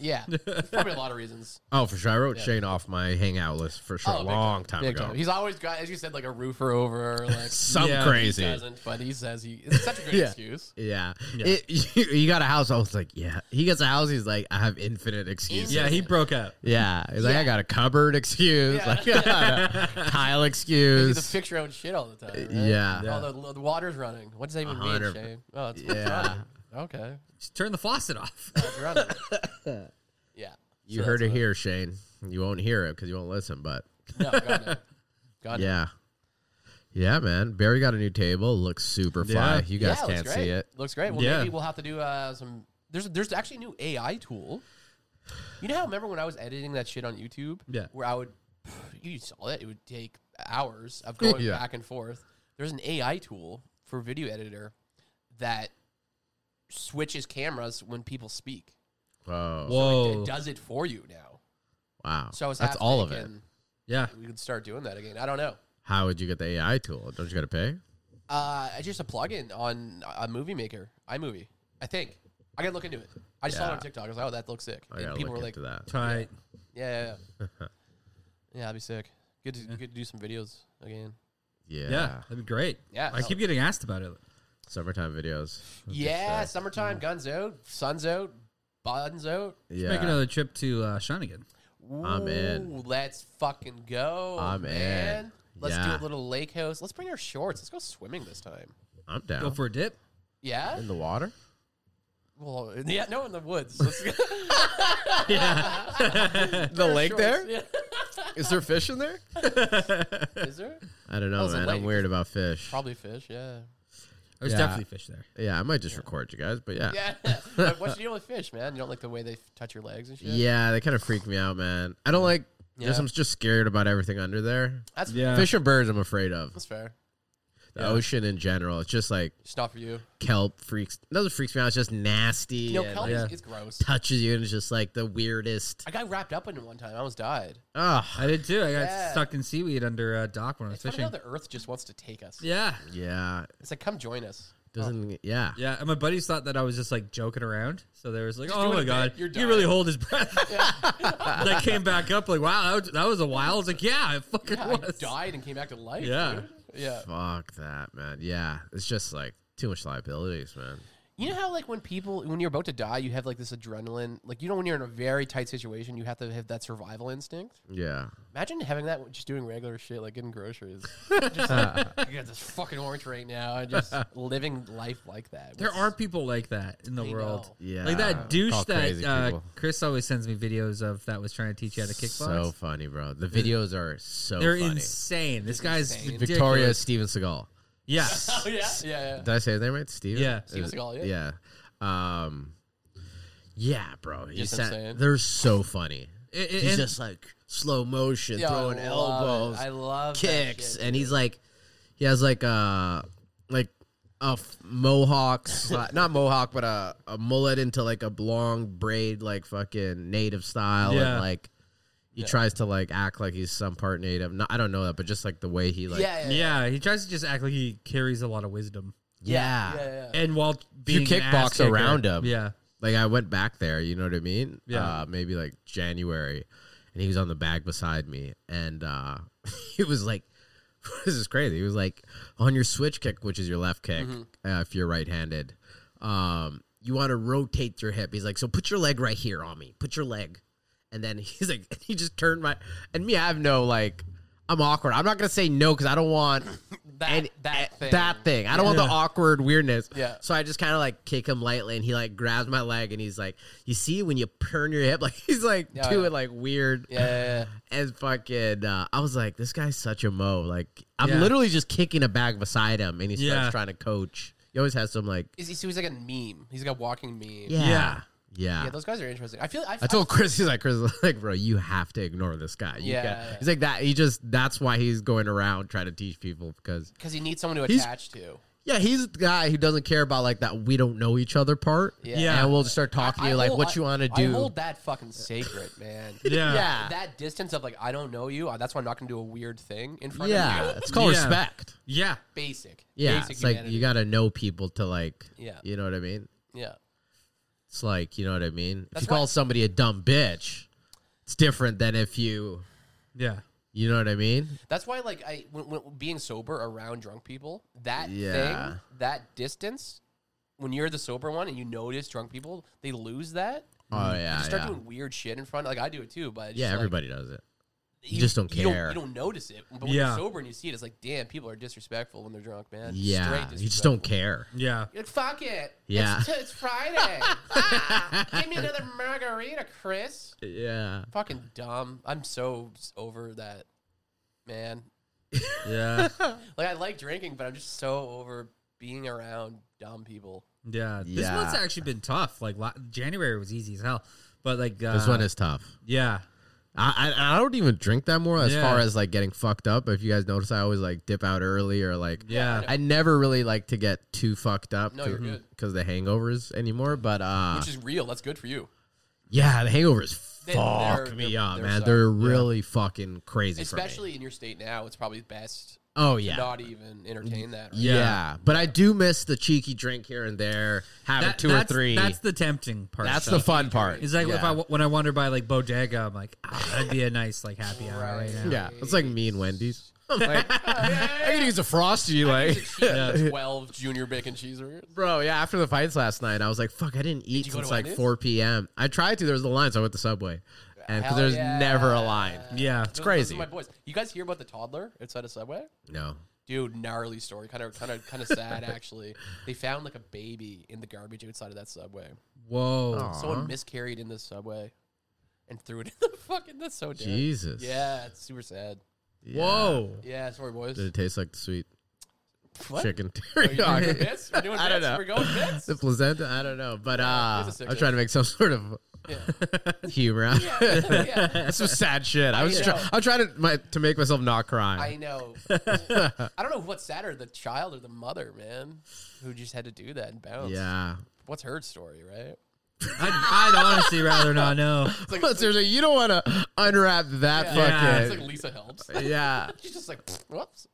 S2: Yeah. There's probably a lot of reasons.
S3: Oh, for sure. I wrote Shane off my hangout list for sure
S2: Oh,
S3: a
S2: big
S3: long time
S2: Big
S3: ago.
S2: time. He's always got, as you said, like a roofer over. or,
S3: <laughs>
S2: Like
S3: Some
S4: Yeah.
S2: he
S3: crazy.
S2: doesn't, but he says he. It's such a good
S3: Yeah.
S2: excuse.
S3: Yeah. It, <laughs> you, you got a house. I was like, yeah. He gets a house. He's like, I have infinite excuses.
S4: Yeah, he broke out.
S3: Yeah. He's like, I got a cupboard excuse. <laughs>
S2: Yeah.
S3: I got
S2: <laughs>
S3: a tile
S2: You just
S3: excuse.
S2: fix your own shit all the time. right?
S3: Yeah.
S2: Oh, the, the water's running. What does that even mean,
S3: hundred-
S2: Shane? Oh, it's
S3: Yeah.
S2: Okay.
S4: Just turn the faucet off.
S2: It's running. yeah.
S3: You
S2: So
S3: heard it
S2: that's
S3: here, Shane. You won't hear it because you won't listen, but
S2: what- No, God, no. God, no.
S3: yeah. Yeah, man. Barry got a new table. Looks super fly.
S4: Yeah.
S3: You guys
S2: Yeah,
S3: can't
S2: looks
S3: see
S2: great.
S3: it.
S2: Looks great. Well,
S4: Yeah.
S2: maybe we'll have to do uh, some. There's there's actually a new AI tool. You know how remember when I was editing that shit on YouTube?
S4: Yeah.
S2: Where I would, <sighs> you saw it. It would take hours of going
S3: <laughs> Yeah.
S2: back and forth. There's an AI tool for video editor that switches cameras when people speak.
S3: Whoa.
S4: Whoa.
S2: It does it for you now.
S3: Oh, wow.
S2: So I was
S3: That's
S2: half
S3: all of it.
S2: thinking
S4: Yeah.
S2: We could start doing that again. I don't know.
S3: How would you get the AI tool? Don't you got to pay?
S2: Uh, I just a plugin on a movie maker, iMovie. I think I gotta look into it. I just saw it on
S3: Yeah.
S2: TikTok. I was like, oh, that looks sick.
S3: I
S2: And
S3: got to
S2: people
S3: look
S2: were like,
S3: into that.
S4: Tight.
S2: yeah, yeah, yeah.
S3: <laughs>
S2: yeah, that'd be sick. Good to, good to do some videos again.
S3: Yeah.
S4: Yeah. That'd be great.
S2: Yeah,
S4: I
S2: no.
S4: keep getting asked about it.
S3: Summertime videos.
S2: yeah, summertime, guns out, sun's out, buns out.
S3: Yeah.
S4: Make another trip to uh, Shawnigan.
S2: Ooh,
S3: I'm in.
S2: Let's fucking go,
S3: I'm in.
S2: man. Let's do
S3: Yeah.
S2: a little lake house. Let's bring our shorts. Let's go swimming this time.
S3: I'm
S4: Go
S3: down.
S4: for a dip.
S2: Yeah.
S3: <laughs> In the water?
S2: Well, <laughs> yeah. No, in the
S3: <laughs>
S2: woods. Let's go.
S3: The lake
S2: Shorts,
S3: there? Is there fish in there?
S2: yeah. Is there?
S3: I don't know,
S2: it's a
S3: man. I'm
S2: lake.
S3: weird about fish.
S2: Probably fish. Yeah.
S4: There's
S3: Yeah.
S4: definitely fish there.
S3: Yeah, I might just record you guys, but yeah.
S4: <laughs>
S2: Yeah. But What's the deal with fish, man? You don't like the way they f- touch your legs and shit?
S3: Yeah, they kind of freak me out, man. I don't like.
S2: Yeah.
S3: Just, I'm just scared about everything under there.
S2: That's,
S3: Fish and birds, I'm afraid of.
S2: that's fair.
S3: The ocean in general. It's just like
S2: It's not for you.
S3: kelp freaks. Nothing freaks me out. It's just nasty.
S2: You know,
S3: and,
S2: kelp
S3: like,
S2: is,
S4: yeah.
S2: is gross.
S3: touches you, and it's just like the weirdest.
S2: I got wrapped up in it one time. I almost died.
S3: Ugh.
S4: I did too. I got
S2: Yeah.
S4: stuck in seaweed under a dock when I was
S2: It's funny
S4: fishing.
S2: how the earth just wants to take us.
S4: Yeah.
S3: Yeah.
S2: It's like, come join us.
S3: Doesn't. Yeah.
S4: Yeah, and my buddies thought that I was just like joking around. So they was like,
S2: Just
S4: "Oh
S2: doing
S4: my
S2: a
S4: god,
S2: bit. You're
S4: you really
S2: dying."
S4: hold his
S2: <laughs>
S4: breath." <laughs> I came back up like, "Wow, that was, that was a while." I was like, "Yeah, <laughs> it fucking
S2: Yeah, I
S4: was."
S2: died and came back to life.
S4: Yeah.
S2: dude. Yeah.
S3: Fuck that, man. Yeah. It's just like too much liabilities, man.
S2: You know how, like, when people, when you're about to die, you have, like, this adrenaline? Like, you know, when you're in a very tight situation, you have to have that survival instinct?
S3: Yeah.
S2: Imagine having that with just doing regular shit, like
S4: <laughs>
S2: getting groceries. just like, I got this fucking orange right now.
S4: <laughs>
S2: And just living life like that.
S4: There
S2: What's-
S4: are people like that in the
S2: I
S4: world.
S2: know.
S3: Yeah.
S4: Like that douche
S3: All
S4: that
S3: crazy
S4: uh,
S3: people.
S4: Chris always sends me videos of that was trying to teach you how to kickbox.
S3: So funny, bro. The videos are so
S4: They're
S3: funny.
S4: insane. This guy's
S2: insane.
S4: ridiculous.
S3: Victoria Steven Seagal.
S4: Yeah,
S3: <laughs>
S2: Oh, yeah. Yeah. yeah.
S3: Did I say his name right? Steven?
S4: Yeah.
S2: Steven
S3: Is it-
S2: Seagal,
S3: Yeah. Um, yeah, bro. He
S2: Just
S3: said
S2: insane.
S3: they're so funny.
S4: It- it-
S3: He's
S4: and-
S3: just like slow motion,
S2: Yeah, I love
S3: throwing
S2: it.
S3: elbows,
S2: I love that
S3: kicks,
S2: shit,
S3: and he's like, he has like a like a f- mohawk, sli- <laughs> not mohawk, but a, a mullet into like a long braid, like fucking native style,
S4: Yeah.
S3: and like. He tries to like act like he's some part native. No, I don't know that, but just like the way he like,
S2: yeah, yeah, yeah,
S4: yeah. He tries to just act like he carries a lot of wisdom,
S3: yeah.
S2: yeah, yeah.
S4: and while being an
S3: kickbox
S4: ass kicker-
S3: around him.
S4: yeah,
S3: like I went back there, you know what I mean?
S4: Yeah.
S3: Uh, maybe like January, and he was on the bag beside me, and uh, <laughs> he was like, <laughs> "This is crazy." He was like, "On your switch kick, which is your left kick, uh, if you're right-handed, um, you want to rotate your hip." He's like, "So put your leg <laughs> right here on me. Put your leg." And then he's like, he just turned my, and me, I have no like I'm awkward. I'm not gonna say no because I don't want
S2: That
S3: any-
S2: that thing.
S3: that thing. I don't want the awkward weirdness.
S2: Yeah.
S3: So I just kind of like kick him lightly, and he like grabs my leg, and he's like, "You see when you turn your hip, <laughs> like he's like
S2: Yeah,
S3: doing
S2: yeah.
S3: like weird."
S2: Yeah,
S3: <laughs>
S2: yeah,
S3: And fucking, uh, I was like, "This guy's such a mo." Like I'm
S4: Yeah.
S3: literally just kicking a bag beside him, and he starts
S4: Yeah.
S3: trying to coach. He always has some like,
S2: Is he? So he's like a meme. He's like a walking meme.
S3: yeah, yeah.
S2: Yeah, those guys are interesting. I feel. I,
S3: I told Chris, he's like, Chris, <laughs> like, bro, you have to ignore this guy. You
S2: Yeah,
S3: can't-
S2: yeah.
S3: He's like that. He just, that's why he's going around trying to teach people because,
S2: because he needs someone to
S3: He's-
S2: attach to.
S3: yeah, he's the guy who doesn't care about like that we don't know each other part.
S2: Yeah.
S4: Yeah.
S3: And we'll just start talking to you
S2: I
S3: like
S2: hold-
S3: what you want to
S2: I- I
S3: do.
S2: hold that fucking sacred, man.
S4: Yeah.
S3: <laughs> yeah.
S2: That distance of like I don't know you. uh, That's why I'm not gonna do a weird thing in front of
S3: Yeah.
S2: you.
S3: It's called
S4: Yeah.
S3: respect.
S4: Yeah.
S2: Basic.
S3: Yeah.
S2: Basic
S3: it's like
S2: humanity.
S3: you got to know people to like,
S2: Yeah.
S3: you know what I mean?
S2: Yeah.
S3: It's like, you know what I mean?
S2: That's
S3: if you call
S2: why-
S3: somebody a dumb bitch, it's different than if you,
S4: Yeah.
S3: you know what I mean?
S2: That's why, like, I when, when being sober around drunk people, that
S3: Yeah.
S2: thing, that distance, when you're the sober one and you notice drunk people, they lose that.
S3: Oh, yeah.
S2: They just start
S3: yeah.
S2: doing weird shit in front. Like I do it too, but it's
S3: yeah,
S2: just, like,
S3: everybody does it. you just don't
S2: You don't,
S3: care.
S2: notice it, but when
S4: Yeah.
S2: you're sober and you see it, it's like, damn, people are disrespectful when they're drunk, man.
S3: Yeah. You just don't care.
S4: Yeah.
S2: You're like, fuck it.
S3: Yeah.
S2: It's, t- it's
S3: <laughs>
S2: Friday. Ah, Give me another margarita, Chris.
S3: Yeah.
S2: Fucking dumb. I'm so s- over that, man.
S4: Yeah.
S2: Like I like drinking, but I'm just so over being around dumb people.
S4: <laughs> Yeah. This
S3: Yeah.
S4: month's actually been tough. Like la- January was easy as hell, but like uh,
S3: This one is tough.
S4: yeah.
S3: I, I I don't even drink that more as
S4: Yeah.
S3: far as like getting fucked up. If you guys notice, I always like dip out early or like
S4: Yeah.
S3: I never really like to get too fucked up
S2: No, you're good.
S3: because the hangovers anymore. But uh,
S2: Which is real. That's good for you.
S3: yeah, the hangovers
S2: They-
S3: fuck
S2: they're-
S3: me
S2: they're-
S3: up,
S2: they're
S3: man.
S2: suck.
S3: They're really fucking crazy, for me.
S2: Especially in your state now, it's probably best
S3: oh
S2: to
S3: yeah.
S2: not even entertain that. Right?
S3: yeah, but I do miss the cheeky drink here and there, having
S4: That-
S3: two or
S4: that's,
S3: three.
S4: That's the tempting part.
S3: That's
S4: though.
S3: the fun part.
S4: It's like if
S3: Yeah.
S4: I when I wander by like bodega, I'm like, ah, that'd be a nice like happy hour right now.
S3: yeah, it's like me and Wendy's.
S2: yeah,
S3: <laughs> I could use a frosty, like.
S2: yeah. Twelve junior bacon cheeseburgers.
S3: Bro, yeah, after the fights last night, I was like, fuck, I didn't eat
S2: you go
S3: since
S2: to
S3: like
S2: Wendy's?
S3: 4 p.m. I tried to, there was a line, so I went to Subway. And
S2: Hell
S3: because there's
S2: yeah.
S3: never a line.
S4: Yeah.
S2: It's
S3: crazy.
S2: my boys. You guys hear about the toddler outside of Subway?
S3: No.
S2: Dude, gnarly story. Kind of, kind of,
S3: <laughs>
S2: kind of sad actually. They found like a baby in the garbage outside of that Subway.
S3: Oh,
S4: Whoa.
S3: Uh-huh.
S2: Someone miscarried in the Subway and threw it in the <laughs> fucking. That's so dead.
S3: Jesus.
S2: Yeah, it's super sad.
S3: Yeah.
S4: Whoa.
S2: Yeah, sorry boys.
S3: Did it taste like the sweet
S2: What?
S3: chicken
S2: Are you doing
S3: teriyaki?
S2: bits? We're doing
S3: I don't
S2: bits?
S3: know.
S2: We're going bits? <laughs>
S3: <laughs> the placenta? I don't know. But uh,
S2: here's a
S3: I
S2: sick
S3: was trying to make some <laughs> sort of
S2: Yeah.
S3: <laughs> humor out of it.
S2: Yeah, yeah.
S3: That's some sad shit. I was
S2: know.
S3: trying. I'm trying to my, to make myself not cry.
S2: I
S3: <laughs>
S2: know. I don't know what's sadder, the child or the mother, man, who just had to do that and bounce.
S3: Yeah.
S2: What's her story, right?
S4: I'd, I'd honestly rather not know.
S2: It's like,
S3: <laughs> Seriously, you don't want to unwrap that
S4: Yeah.
S2: it's
S3: fucking.
S2: like Lisa
S3: <laughs>
S2: helps. <laughs>
S3: Yeah.
S2: She's just like, whoops.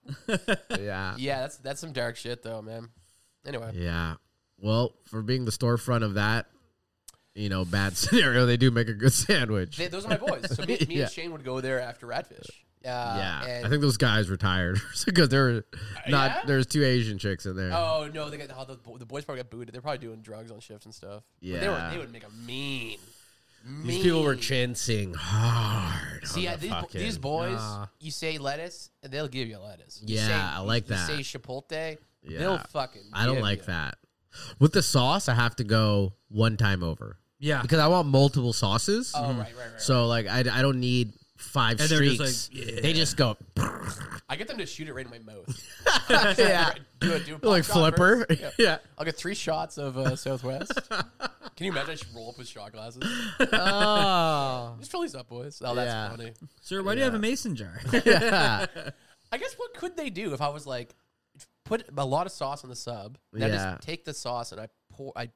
S3: yeah.
S2: Yeah, that's that's some dark shit though, man. Anyway,
S3: Yeah. Well, for being the storefront of that, you know, bad <laughs> scenario, they do make a good sandwich.
S2: they, uh, those are my boys. So me, me
S3: <laughs> Yeah.
S2: and Shane would go there after Ratfish. Uh,
S3: yeah.
S2: And,
S3: I think those guys retired <laughs> because there were not
S2: yeah?
S3: there's two Asian chicks in there.
S2: Oh no! They got oh, the, bo- the boys probably got booted. They're probably doing drugs on shifts and stuff. But they, were,
S3: Yeah.
S2: they would make a mean.
S3: These people were
S2: mean-
S3: chancing hard.
S2: See,
S3: on
S2: yeah,
S3: the
S2: these, bo-
S3: fucking-
S2: these boys,
S4: Nah.
S2: you say lettuce, and they'll give you lettuce. You
S3: Yeah,
S2: say,
S3: I like
S2: you,
S3: that.
S2: You say chipotle,
S3: Yeah.
S2: they'll fucking.
S3: I don't
S2: give
S3: like
S2: you.
S3: that. With the sauce, I have to go one time over
S4: Yeah.
S3: because I want multiple sauces.
S2: Oh right, right, right, right.
S3: Mm-hmm. So like I, I don't need five
S4: And they're
S3: streaks.
S4: just like,
S3: They just <laughs> go
S2: I get them to shoot it right in my
S3: <laughs>
S2: mouth.
S3: yeah.
S2: Do it, do a pop
S3: <laughs> like
S2: shot
S3: flipper. <laughs>
S2: first. Yeah.
S3: yeah.
S2: I'll get three shots of uh,
S3: <laughs>
S2: Southwest. Can you imagine? I should roll up with shot glasses.
S3: Oh.
S2: Just fill these up, boys. Oh, that's
S3: Yeah.
S2: funny.
S4: Sir, why do you have a mason jar?
S3: yeah.
S2: I guess what could they do if I was like, put a lot of sauce on the sub, and I
S3: Yeah.
S2: just take the sauce and I pour, I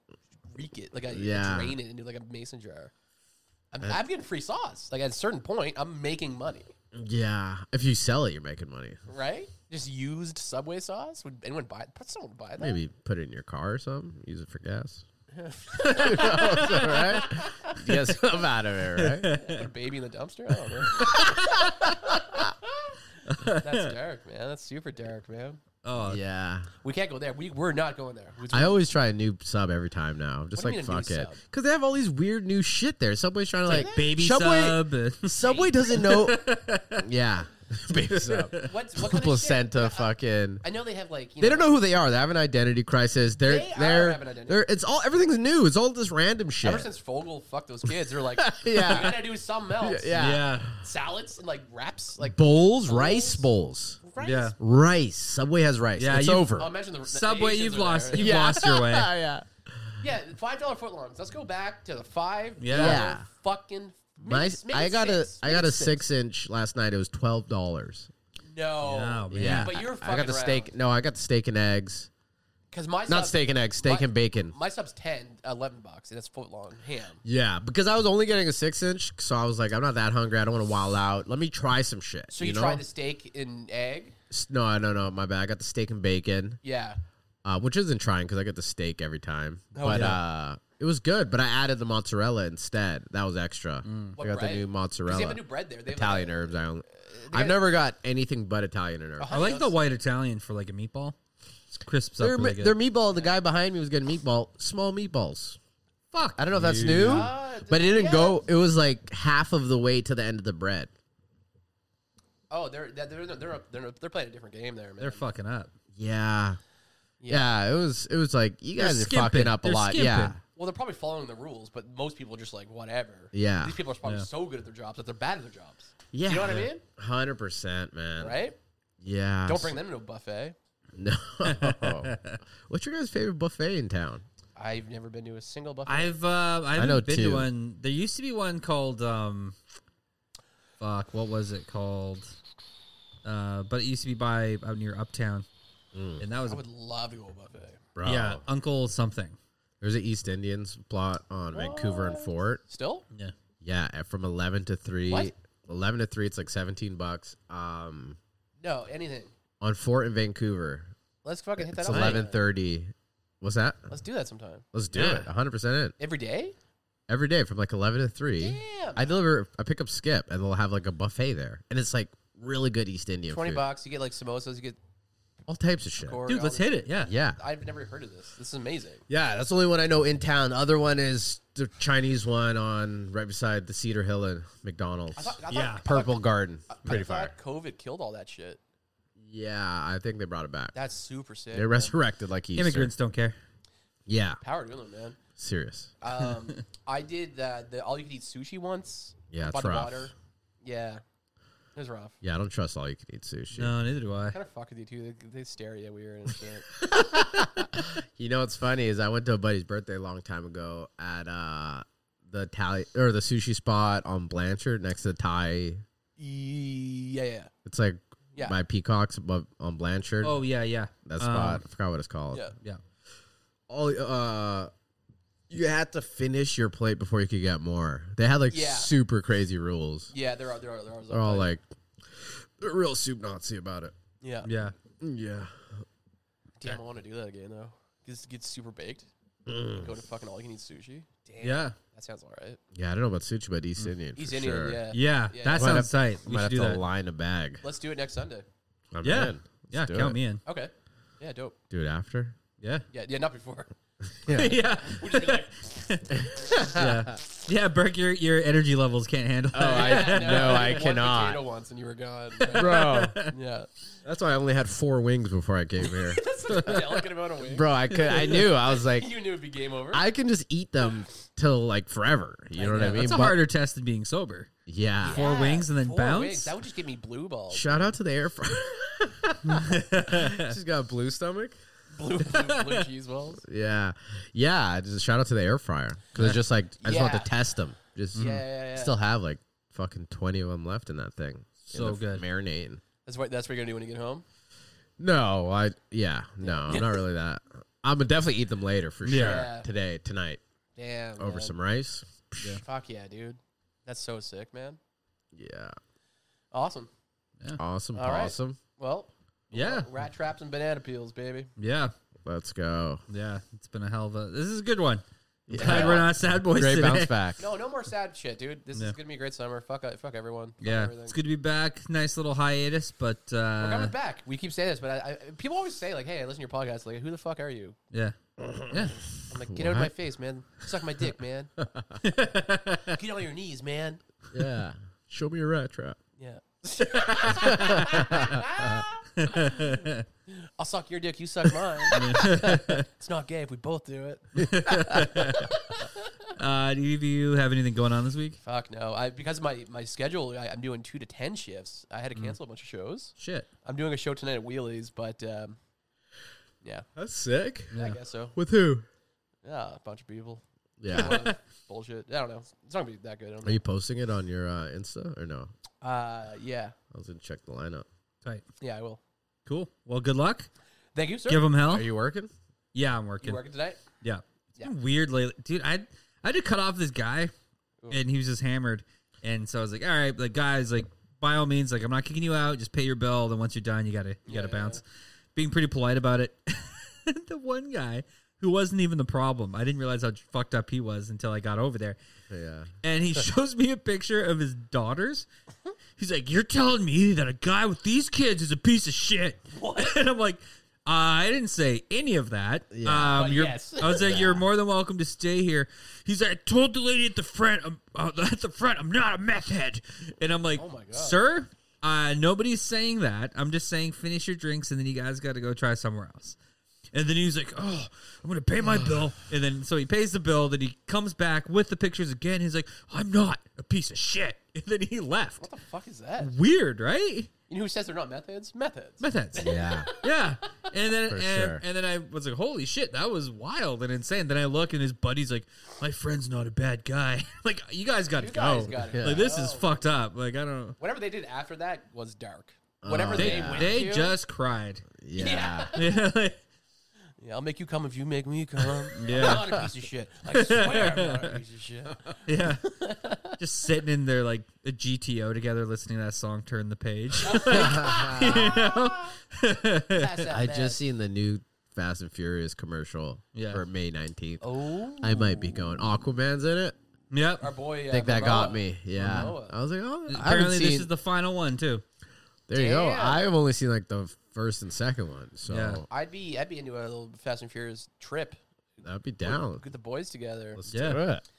S2: reek it, like I
S3: Yeah.
S2: drain it into like a mason jar. I'm, I'm getting free sauce. Like at a certain point, I'm making money,
S3: Yeah, if you sell it, you're making money.
S2: right? Just used Subway sauce. Would anyone buy? Put someone would buy that?
S3: Maybe put it in your car or something. Use it
S2: <laughs>
S3: for gas. <laughs> Who knows, right? Yes, I'm out of it, right?
S2: Put a baby in the dumpster. I don't know.
S3: <laughs>
S2: That's dark, man. That's super dark, man.
S4: Oh,
S3: <laughs> Yeah,
S2: We can't go there. We we're not going there. It's-
S3: I always try a new sub every time now. I'm just
S2: What
S3: like
S2: do you mean a new
S3: fuck it,
S2: sub?
S3: because they have all these weird new shit there. Subway's trying to like,
S4: baby
S3: Subway.
S4: sub.
S2: <laughs>
S3: Subway doesn't know. yeah, Baby's <laughs> up.
S2: What's what kind of
S3: Placenta,
S2: shit? I-
S3: fucking.
S2: I know they have like you
S3: They don't know who they are. They have an identity crisis. They're
S2: They are
S3: they're,
S2: have an identity.
S3: they're it's all everything's new. It's all this random shit.
S2: Ever since Fogel fucked those kids, they're like,
S3: Yeah.
S2: we gotta do something else.
S3: <laughs> yeah.
S4: Yeah.
S2: salads and like wraps, like
S3: bowls, rice bowls,
S2: rice.
S4: Yeah.
S3: rice. Subway has rice.
S4: Yeah,
S3: it's
S4: you-
S2: Oh,
S3: over.
S2: imagine the the
S4: Subway,
S2: Asians
S4: you've
S2: are there,
S4: lost-
S2: right?
S4: you've lost your way.
S3: yeah.
S2: <laughs> Yeah, five dollar footlongs. Let's go back to the five.
S4: Yeah.
S3: Yeah.
S2: fucking.
S3: My,
S2: maybe- maybe
S3: I got
S2: six,
S3: a I
S2: maybe
S3: got a six inch last night. It was twelve dollars.
S2: No,
S4: Yeah, man.
S3: Yeah,
S2: but you're fucking
S3: I got the
S2: around.
S3: steak. No, I got the steak and eggs.
S2: because my
S3: Not
S2: sub-
S3: steak and eggs. Steak
S2: my-
S3: and bacon.
S2: My sub's 10, 11 bucks, and it's footlong ham.
S3: Yeah, because I was only getting a six inch, so I was like, I'm not that hungry. I don't want to wild out. Let me try some shit.
S2: So you,
S3: know?
S2: tried the steak and egg.
S3: S- No, no, no. My bad. I got the steak and bacon,
S2: Yeah,
S3: uh, which isn't trying because I get the steak every time.
S2: Oh,
S3: but
S2: yeah.
S3: uh, it was good. But I added the mozzarella instead. That was extra.
S2: Mm. What
S3: I got
S2: bread?
S3: the new
S2: 'Cause
S3: mozzarella.
S2: they have a new bread there. They have
S3: Italian
S2: like,
S3: herbs. I only, I've never got anything but Italian and herbs.
S4: I like the white Italian for like a meatball. It's crisps up
S3: Their,
S4: really
S3: mi-
S4: good.
S3: their meatball. The guy behind me was getting meatball. Small meatballs.
S4: Fuck.
S3: I don't know if that's new,
S2: Uh,
S3: but it didn't
S2: yeah.
S3: go. It was like half of the way to the end of the bread.
S2: Oh, they're they're they're they're, they're, they're playing a different game there, man.
S4: They're fucking up.
S3: Yeah. yeah, It was. It was like you guys are
S4: skimping.
S3: fucking up a
S4: They're
S3: lot. Yeah.
S4: skimping.
S2: well, they're probably following the rules, but most people are just like whatever.
S3: Yeah.
S2: these people are probably
S4: Yeah.
S2: so good at their jobs that they're bad at their jobs.
S3: Yeah.
S2: you know what I mean,
S3: Hundred percent, man.
S2: right?
S3: Yeah.
S2: Don't bring them to a buffet.
S3: <laughs> No. <laughs> What's your guys' favorite buffet in town?
S2: I've never been to a single buffet.
S4: I've uh, I haven't
S3: know
S4: been
S3: two.
S4: to one. There used to be one called um, fuck, what was it called? Uh, but it used to be by out near Uptown, and that was
S2: I would love to go to a buffet.
S3: Mm. Bro.
S4: yeah, Uncle something.
S3: There's an East Indians plot on Vancouver and Fort.
S2: Still,
S4: Yeah,
S3: Yeah, at- from eleven to three.
S2: What?
S3: Eleven to three, it's like seventeen bucks. Um,
S2: no, anything.
S3: on Fort in Vancouver,
S2: Let's fucking hit that.
S3: it's
S2: up.
S3: eleven thirty. What's that?
S2: Let's do that sometime.
S3: Let's do
S4: Yeah.
S3: it. One hundred percent in
S2: Every day.
S3: every day from like eleven to three.
S2: Damn.
S3: I deliver. I pick up Skip, and they'll have like a buffet there, and it's like really good East Indian
S2: Twenty
S3: food.
S2: bucks, you get like samosas, you get
S3: all types of shit.
S2: corn.
S4: dude, let's
S2: all-
S4: hit it. Yeah,
S3: Yeah,
S2: I've never heard of this. This is amazing.
S3: yeah. That's the only one I know in town. The other one is the Chinese one on right beside the Cedar Hill and McDonald's.
S2: I thought, I thought,
S4: Yeah.
S2: I thought-
S3: Purple Garden, pretty
S2: I
S3: fire.
S2: thought COVID killed all that shit.
S3: Yeah, I think they brought it back.
S2: That's super sick.
S3: They resurrected like Easter.
S4: immigrants don't care.
S3: Yeah,
S2: Man. Power to them, man.
S3: serious. <laughs>
S2: Um, I did uh, the all you could eat sushi once.
S3: Yeah, it's
S2: By the
S3: rough.
S2: water. Yeah. It was rough.
S3: Yeah, I don't trust all you can eat sushi.
S4: No, neither do I.
S2: Kind of fuck with you too. They, they stare at you weird and
S3: <laughs>
S2: shit.
S3: You know what's funny is I went to a buddy's birthday a long time ago at uh the Italian or the sushi spot on Blanchard next to the Thai.
S2: yeah, yeah,
S3: It's like
S2: Yeah.
S3: by Peacocks above on Blanchard.
S4: Oh yeah, yeah.
S3: that
S4: Um,
S3: spot. I forgot what it's called.
S2: yeah.
S4: yeah.
S3: All uh you had to finish your plate before you could get more. They had like
S2: Yeah.
S3: super crazy rules.
S2: Yeah, there are there are there are.
S3: They're all like they're real soup Nazi about it.
S2: yeah.
S4: Yeah,
S3: Yeah.
S2: Damn, I want to do that again though. Just get super baked.
S3: Mm.
S2: Go to fucking all you can eat sushi. Damn,
S4: yeah,
S2: that sounds all right.
S3: Yeah, I don't know about sushi, but East Indian.
S2: He's
S3: for
S2: Indian,
S3: sure.
S2: yeah.
S4: yeah.
S2: Yeah.
S4: That
S3: Might
S4: sounds
S3: have-
S4: tight. We
S3: might
S4: should
S3: have
S4: do
S3: to
S4: that.
S3: line a bag.
S2: Let's do it next Sunday.
S3: I'm
S4: Yeah,
S3: in.
S4: yeah.
S3: Let's do
S4: Count
S3: it.
S4: me in.
S2: Okay. Yeah, dope.
S3: Do it after.
S4: Yeah.
S2: Yeah, yeah, not before. <laughs>
S4: <laughs>
S3: <laughs>
S4: yeah. yeah. Yeah, Burke, your your energy levels can't handle
S3: Uh,
S4: it.
S3: Oh,
S2: <laughs>
S3: I <laughs> no, I
S2: one Potato
S3: cannot,
S2: once and you were gone.
S3: <laughs> bro.
S2: <laughs>
S3: <laughs>
S2: yeah,
S3: That's why I only had four wings before I came here,
S2: that's such a delicate amount of wings.
S3: bro. I could, I knew, I
S2: <laughs>
S3: was like,
S2: You knew it'd be game over.
S3: I can just eat them till like forever. You know what I mean?
S4: That's a
S3: But-
S4: harder test than being
S3: <laughs>
S4: sober.
S3: yeah.
S4: Four wings and then
S2: Four
S4: bounce?
S2: wings. That would just give me blue balls.
S3: Shout out to the air fryer. She's got a blue stomach.
S2: blue, blue, blue cheese
S4: <laughs>
S2: balls.
S3: Yeah, yeah. Just shout out to the air fryer because it's just like I just want
S2: Yeah.
S3: to test them. Just
S4: Mm.
S2: Yeah, yeah, yeah.
S3: still have like fucking twenty of them left in that thing. In
S4: So
S3: the
S4: good.
S3: marinating.
S2: That's what that's what you're gonna do when you get home.
S3: No, I yeah, no, I'm not really that. I'm gonna definitely eat them later for sure.
S4: Yeah.
S3: Today, tonight,
S2: Damn.
S3: over
S2: man.
S3: some rice.
S2: Fuck yeah, dude. That's so sick, man.
S3: Yeah,
S2: Awesome.
S3: awesome,
S2: All right.
S3: awesome.
S2: Well,
S4: Yeah.
S2: rat traps and banana peels, baby.
S4: Yeah.
S3: Let's go.
S4: Yeah. It's been a hell of a this is a good one. I'm glad we're not sad boys.
S3: Great
S4: today.
S3: bounce back.
S2: No, no more sad shit, dude. This
S4: Yeah.
S2: is gonna be a great summer. Fuck, uh, fuck everyone.
S4: <laughs>
S2: Fuck
S4: Yeah.
S2: everything.
S4: It's good to be back. Nice little hiatus, but uh
S2: We're coming back. We keep saying this, but I, I, people always say like, "Hey, I listen to your podcast." Like, who the fuck are you?
S4: yeah. Yeah.
S2: I'm like, get out of my face, man. Suck my
S4: <laughs>
S2: dick, man. get on your knees, man.
S3: Yeah, show me your rat trap.
S2: Yeah. I'll suck your dick, you suck mine. it's not gay if we both do it.
S4: Uh, do you- do you have anything going on this week?
S2: Fuck no. I because of my, my schedule, I, I'm doing two to ten shifts. I had to cancel a bunch of shows.
S4: Shit.
S2: I'm doing a show tonight at Wheelies, but um, yeah,
S3: That's sick.
S2: I guess so.
S3: With who?
S2: Yeah, a bunch of people.
S3: <laughs> Yeah.
S2: Bullshit. I don't know. It's not gonna be that good. I don't
S3: Are you posting it on your uh, Insta or no?
S2: know. Uh, yeah,
S3: I was gonna check the lineup.
S4: Tight.
S2: yeah, I will.
S4: Cool. Well, good luck.
S2: Thank you, sir.
S4: Give them hell.
S3: Are you working?
S4: yeah, I'm
S2: you
S4: working.
S2: working tonight?
S4: Yeah. It's
S2: Yeah.
S4: been weird lately. Dude, I I had to cut off this guy and he was just hammered. And so I was like, all right, like guys, like by all means, like I'm not kicking you out, just pay your bill, then once you're done, you gotta you gotta bounce. Being pretty polite about it. <laughs> the one guy who wasn't even the problem. I didn't realize how fucked up he was until I got over there.
S3: Yeah.
S4: And
S2: <laughs>
S4: he shows me a picture of his daughters. He's like, You're telling me that a guy with these kids is a piece of shit. <laughs> And I'm like, I didn't say any of that. um,
S2: But
S4: you're-
S2: yes.
S4: I was
S2: <laughs>
S4: like, "You're more than welcome to stay here." He's like, "I told the lady at the front, um, uh, <laughs> at the front, I'm not a meth head," and I'm like,
S2: Oh my God.
S4: "Sir, uh, nobody's saying that. I'm just saying finish your drinks, and then you guys got to go try somewhere else." And then he's like, "Oh, I'm gonna pay my bill," and then so he pays the bill. Then he comes back with the pictures again. He's like, "I'm not a piece of shit," <laughs> and then he left.
S2: What the fuck is that?
S4: Weird, right?
S2: You know who says they're not methods? Methods.
S4: Meth heads.
S3: Yeah.
S4: Yeah. And then
S3: For
S4: and,
S3: sure.
S4: and then I was like, holy shit, that was wild and insane. Then I look and his buddy's like, my friend's not a bad guy. <laughs> like, you guys gotta
S2: You
S4: go.
S2: guys got it.
S4: Like this is fucked up. Like I don't know.
S2: Whatever they did after that was dark. Whatever
S4: They
S2: they went
S4: they
S2: to,
S4: just cried. <laughs>
S3: Yeah.
S4: Yeah, like-
S2: Yeah, I'll make you come if you
S4: <laughs>
S2: make me come.
S4: Yeah.
S2: I'm not a piece of shit. I swear I'm not a piece
S4: <laughs>
S2: of shit.
S3: <laughs>
S4: yeah. just sitting in there like a GTO together listening to that song Turn the
S3: <laughs>
S4: Page. <laughs>
S2: Pass that
S3: I
S2: mess.
S3: just seen the new Fast and Furious commercial
S4: Yeah.
S3: for May 19th.
S2: Oh,
S3: I might be going. Aquaman's in it.
S4: yep.
S2: our boy. Uh,
S3: I think that
S2: Momoa.
S3: got me. Yeah.
S2: Momoa.
S3: I was like, oh, I haven't
S4: Apparently this
S3: seen-
S4: is the final one too.
S3: There you go.
S2: Damn.
S3: I've only seen like the first and second one, so
S4: Yeah.
S2: I'd be I'd be into a little Fast and Furious trip.
S3: that'd be down.
S2: Get the boys together.
S3: Let's
S4: Yeah.
S3: do it.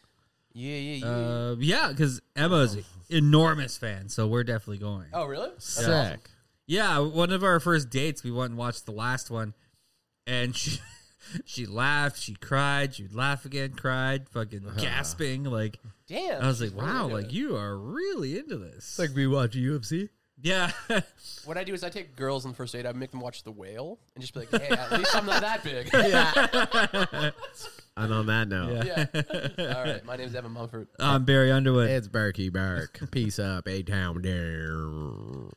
S2: Yeah, yeah, yeah.
S4: Uh, yeah, because Emma's an enormous fan, so we're definitely going.
S2: oh, really? That's
S3: Sick.
S2: awesome.
S4: Yeah, one of our first dates, we went and watched the last one, and she <laughs> she laughed, she cried, she'd laugh again, cried, fucking
S3: Uh-huh.
S4: gasping. Like
S2: Damn.
S4: I was like,
S2: she's really
S4: wow,
S2: into
S4: like
S2: it.
S4: you are really into this.
S3: we watch UFC.
S4: yeah, <laughs>
S2: What I do is I take girls on the first date. I make them watch The Whale and just be
S4: <laughs>
S2: like, hey, at least I'm not that big.
S3: And on that note,
S4: Yeah.
S2: <laughs> yeah. All right. My name's Evan Mumford.
S4: I'm Barry Underwood.
S3: it's Berkey Bark. Peace up, A Town.